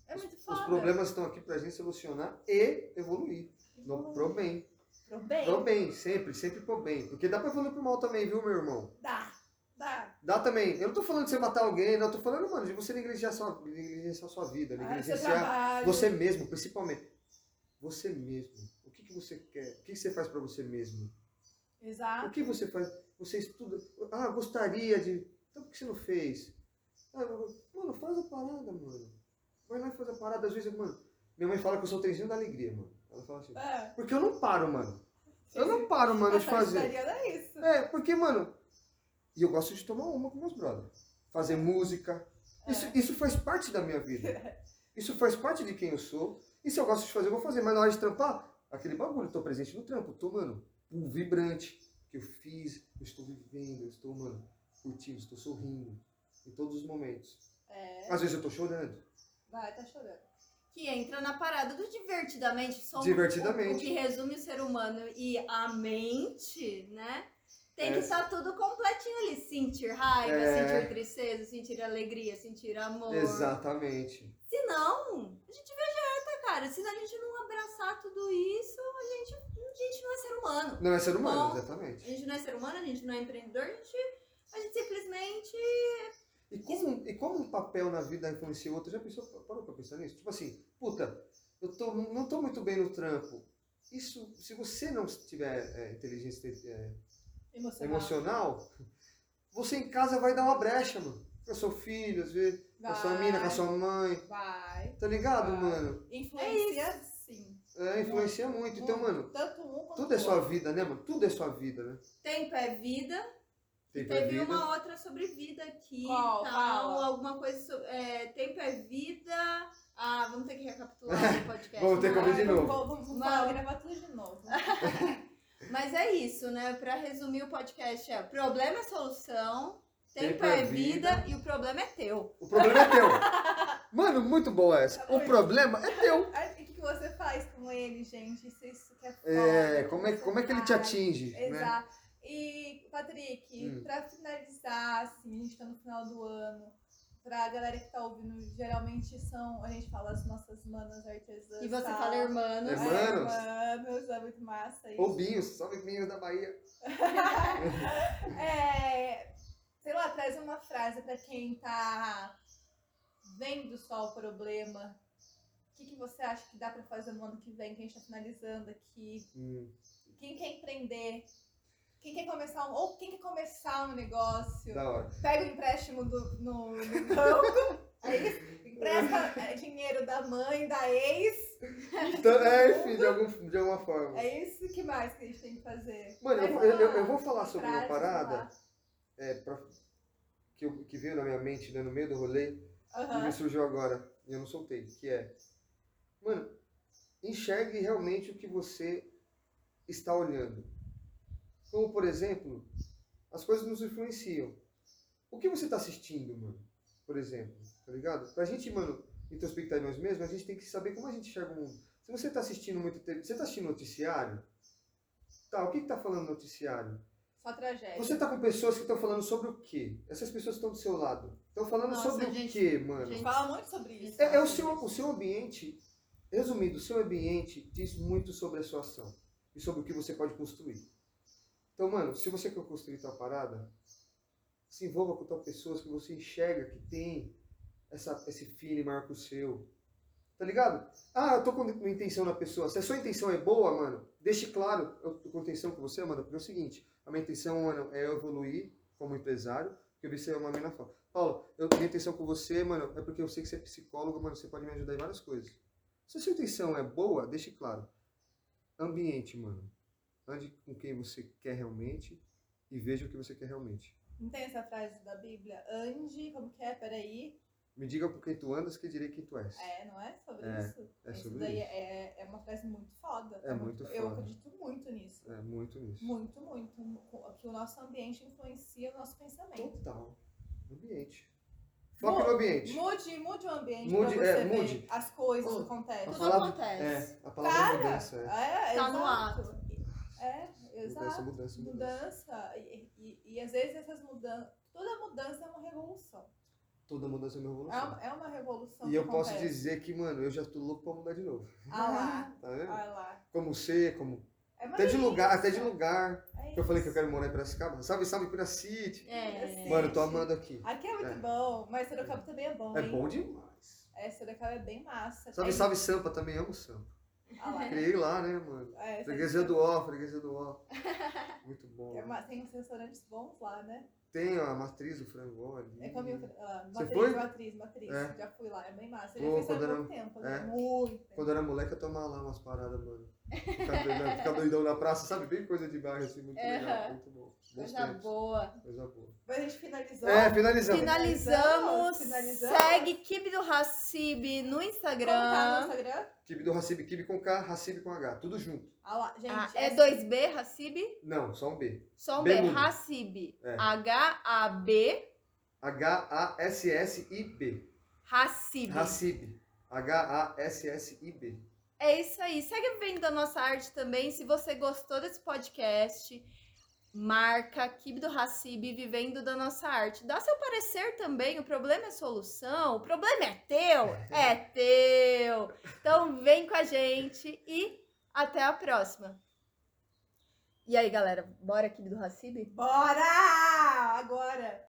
S1: É muito foda.
S5: Os problemas estão aqui pra gente solucionar e evoluir. No,
S1: Evolui.
S5: pro bem.
S1: Uhum. Pro bem.
S5: Pro bem, sempre, sempre pro bem. Porque dá pra evoluir pro mal também, viu, meu irmão?
S1: Dá. Dá.
S5: Dá também. Eu não tô falando de você matar alguém, não. Eu tô falando, mano, de você negligenciar sua, negligenciar sua vida,
S1: Ai, seu
S5: negligenciar
S1: trabalho.
S5: Você mesmo, principalmente. Você mesmo. O que, que você quer? O que, que você faz pra você mesmo? O
S1: Exato.
S5: que você faz? Você estuda. Ah, gostaria de. Então por que você não fez? Ah, eu- mano, faz a parada, mano. Vai lá e faz a parada. Às vezes, mano. Minha mãe fala que eu sou o trenzinho da alegria, mano. Ela fala assim.
S1: É.
S5: Porque eu não paro, mano. Eu não paro, mano, de fazer.
S1: Sagitariana é isso.
S5: É, porque, mano. E eu gosto de tomar uma com meus brothers. Fazer música. Isso, isso faz parte da minha vida. Isso faz parte de quem eu sou. E se eu gosto de fazer, eu vou fazer. Mas na hora de trampar, aquele bagulho, tô presente no trampo, tô, mano, um vibrante que eu fiz, eu estou vivendo, eu estou, mano, curtindo, estou sorrindo. Em todos os momentos.
S1: É.
S5: Às vezes eu tô chorando.
S1: Vai, tá chorando.
S6: Que entra na parada do divertidamente. Somos
S5: Divertidamente.
S6: O, o que resume o ser humano e a mente, né? Tem
S5: É.
S6: que estar tudo completinho ali. Sentir raiva,
S5: É.
S6: sentir tristeza, sentir alegria, sentir amor.
S5: Exatamente.
S6: Senão, a gente vegeta, cara. Se a gente não abraçar tudo isso, a gente, a gente não é ser humano.
S5: Não é ser humano,
S6: Bom. A
S5: exatamente.
S6: gente não é ser humano, a gente não é empreendedor, a gente, a gente simplesmente.
S5: E como, e como um papel na vida influencia o outro? Já pensou, parou pra pensar nisso? Tipo assim, puta, eu tô, não tô muito bem no trampo. Isso, se você não tiver é, inteligência é,
S1: Emocional.
S5: emocional, você em casa vai dar uma brecha, mano. Com seu filho, às vezes, com a sua mina, com a sua mãe.
S1: Vai.
S5: Tá ligado,
S1: Vai.
S5: mano?
S6: É
S1: Influencia sim.
S5: É, influencia muito. Então,
S1: Muito.
S5: mano,
S1: Tanto um quanto
S5: tudo é
S1: o
S5: sua
S1: outro.
S5: vida, né, mano? Tudo é sua vida, né?
S6: Tempo é vida.
S5: Tempo é
S6: Teve
S5: vida.
S6: uma outra sobre vida aqui.
S1: Qual?
S6: Tal,
S1: Fala.
S6: Alguma coisa sobre. é, tempo é vida. Ah, vamos ter que recapitular o podcast.
S5: Vamos ter que
S6: né?
S5: ouvir de novo.
S1: Vamos, vamos, vamos
S6: Vamos.
S1: falar, gravar tudo de novo.
S6: Mas é isso, né? Pra resumir o podcast, é problema é solução, tempo,
S5: Tempo
S6: é
S5: é
S6: vida, e o problema é teu.
S5: O problema é teu. Mano, muito boa essa.
S1: Tá
S5: O
S1: bom.
S5: problema é teu.
S1: Aí, O que, que você faz com ele, gente? Isso, isso que é foda.
S5: É, como é, como é que ele te
S1: Ai,
S5: atinge, né?
S1: ah, Exato. E, Patrick,
S5: Hum.
S1: pra finalizar, assim, a gente tá no final do ano, pra galera que tá ouvindo, geralmente são, a gente fala as nossas manas artesãs.
S6: E você
S1: tá?
S6: fala, irmãos.
S5: Irmã. Hermanos.
S1: É, Hermanos, é muito massa isso.
S5: Ou Binhos, salve Binhos da Bahia.
S1: É, sei lá, traz uma frase pra quem tá vendo só o problema. que, que você acha que dá pra fazer no ano que vem, que a gente tá finalizando aqui?
S5: Hum.
S1: Quem quer empreender? Quem quer começar um, ou quem quer começar um negócio?
S5: Da hora.
S1: Pega o empréstimo do, no, no banco, aí empresta é, dinheiro da mãe, da ex.
S5: Então, é, enfim, de, algum- de alguma forma.
S1: É isso que mais que a gente tem que fazer.
S5: Mano, eu,
S1: Mas,
S5: vou- eu, eu-
S1: ah,
S5: eu vou falar sobre uma
S1: frase, sei
S5: parada
S1: lá.
S5: é, pra- que, eu- que veio na minha mente né, no meio do rolê e
S1: Aham.
S6: Ah.
S5: me surgiu agora. E eu não soltei. Que é. Mano, enxergue realmente o que você está olhando. Como, por exemplo, as coisas nos influenciam. O que você está assistindo, mano? Por exemplo, tá ligado? Pra gente, mano, introspectar em nós mesmos, a gente tem que saber como a gente enxerga o mundo. Se você tá assistindo muito TV, você tá assistindo noticiário? Tá, o que que tá falando no noticiário?
S1: Só tragédia.
S5: Você tá com pessoas que estão falando sobre o quê? Essas pessoas estão do seu lado. Estão falando
S6: Nossa,
S5: sobre o
S6: gente,
S5: quê, mano?
S6: gente.
S1: Fala muito sobre isso.
S5: É, é o, seu, o seu ambiente, resumindo, o seu ambiente diz muito sobre a sua ação e sobre o que você pode construir. Então, mano, se você quer construir tal parada, se envolva com tal pessoas que você enxerga que tem essa, esse feeling maior que o seu. Tá ligado? Ah, eu tô com uma intenção na pessoa. Se a sua intenção é boa, mano, deixe claro. Eu tô com intenção com você, mano, porque é o seguinte: a minha intenção, mano, é eu evoluir como empresário. Porque eu vi que você é uma mina foda. Paulo, eu, minha intenção com você, mano, é porque eu sei que você é psicólogo, mano, você pode me ajudar em várias coisas. Se a sua intenção é boa, deixe claro. Ambiente, mano. Ande com quem você quer realmente e veja o que você quer realmente.
S1: Não tem essa frase da Bíblia? Ande, como que é? Peraí.
S5: Me diga com quem tu andas que eu direi quem tu és.
S1: É, não é sobre
S5: É,
S1: isso?
S5: é
S1: isso
S5: sobre
S1: daí
S5: isso.
S1: É, é uma frase muito foda. tá
S5: É muito
S1: Eu
S5: foda.
S1: acredito muito nisso.
S5: É, muito nisso.
S1: Muito, muito. O- Que o nosso ambiente influencia o nosso pensamento.
S5: Total. Ambiente. Foca no ambiente.
S1: Mude, mude o ambiente
S5: Mude,
S1: pra você
S5: é,
S1: ver
S5: mude.
S1: as coisas que
S5: Oh.
S1: acontecem.
S5: A
S6: Tudo
S5: palavra-
S6: acontece.
S5: É, a palavra
S1: Cara,
S5: é mudança. É.
S1: É,
S6: Tá no
S1: exato. É,
S5: Mudança,
S1: exato.
S5: mudança, mudança.
S1: Mudança. E, e, e às vezes essas mudanças. Toda mudança é uma revolução.
S5: Toda mudança é uma
S1: É
S5: revolução.
S1: uma, é uma revolução.
S5: E
S1: que
S5: eu posso
S1: acontece.
S5: dizer que, mano, eu já tô louco pra mudar de novo.
S1: Ah lá,
S5: Tá vendo?
S1: ah lá.
S5: Como ser, como.
S1: É
S5: Até de lugar, até de
S1: maravilhoso.
S5: lugar.
S1: É
S5: Eu falei que eu
S1: isso.
S5: quero morar em Piracicaba. Salve, salve, Piracite.
S6: É.
S1: assim.
S5: Mano, eu tô amando aqui.
S1: Aqui é muito
S5: É.
S1: bom, mas Sorocaba também é bom,
S5: É
S1: hein?
S5: bom demais.
S1: É, Sorocaba é bem massa.
S5: Salve,
S1: tem-
S5: salve, Sampa. Também amo Sampa.
S1: Ah lá.
S5: Criei lá, né, mano?
S1: É,
S5: Freguesia do ó, freguesia do ó. Muito bom.
S6: É
S1: tem uma- é Tem uns restaurantes bons lá, né?
S5: Tem a matriz, o frango ali.
S1: É como eu, ah,
S5: Hum. Você
S1: matriz,
S5: foi?
S1: matriz, matriz.
S5: É.
S1: Já fui lá, é bem massa.
S5: Pô,
S1: Eu já fui
S5: quando
S1: há
S5: era-
S1: muito tempo, né?
S5: é.
S1: Muito tempo.
S5: Quando eu era moleque, eu tomava lá umas paradas, mano. Ficar doidão, ficar doidão na praça, sabe? Bem coisa de bairro, assim, muito legal.
S6: Aham.
S5: Muito bom. Bons
S6: Coisa
S5: tempos.
S6: boa.
S5: Coisa boa.
S1: Mas a gente finalizou.
S5: É, finalizamos.
S6: Finalizamos.
S1: Finalizamos.
S6: Segue Kib do Hacib no
S1: Como tá no
S6: Instagram.
S1: Instagram?
S5: Kibe do Hacib, Kibe com K, Hacib com H. Tudo junto.
S1: Ah lá, gente.
S6: Ah, é
S1: essa-
S6: 2B Hacib?
S5: Não, só um B.
S6: Só um B.
S5: Bem mudo.
S6: Hacib.
S5: É.
S6: H-A-B
S5: H-A-S-S-I-B.
S6: Hacib.
S5: Hacib. H-A-S-S-I-B.
S6: É isso aí. Segue vendo a nossa arte também. Se você gostou desse podcast, marca Kib do Hacib Vivendo da Nossa Arte. Dá seu parecer também. O problema é solução. O problema é teu. É teu. Então vem com a gente e até a próxima. E aí, galera, bora Kib do Hacib?
S1: Bora! Agora!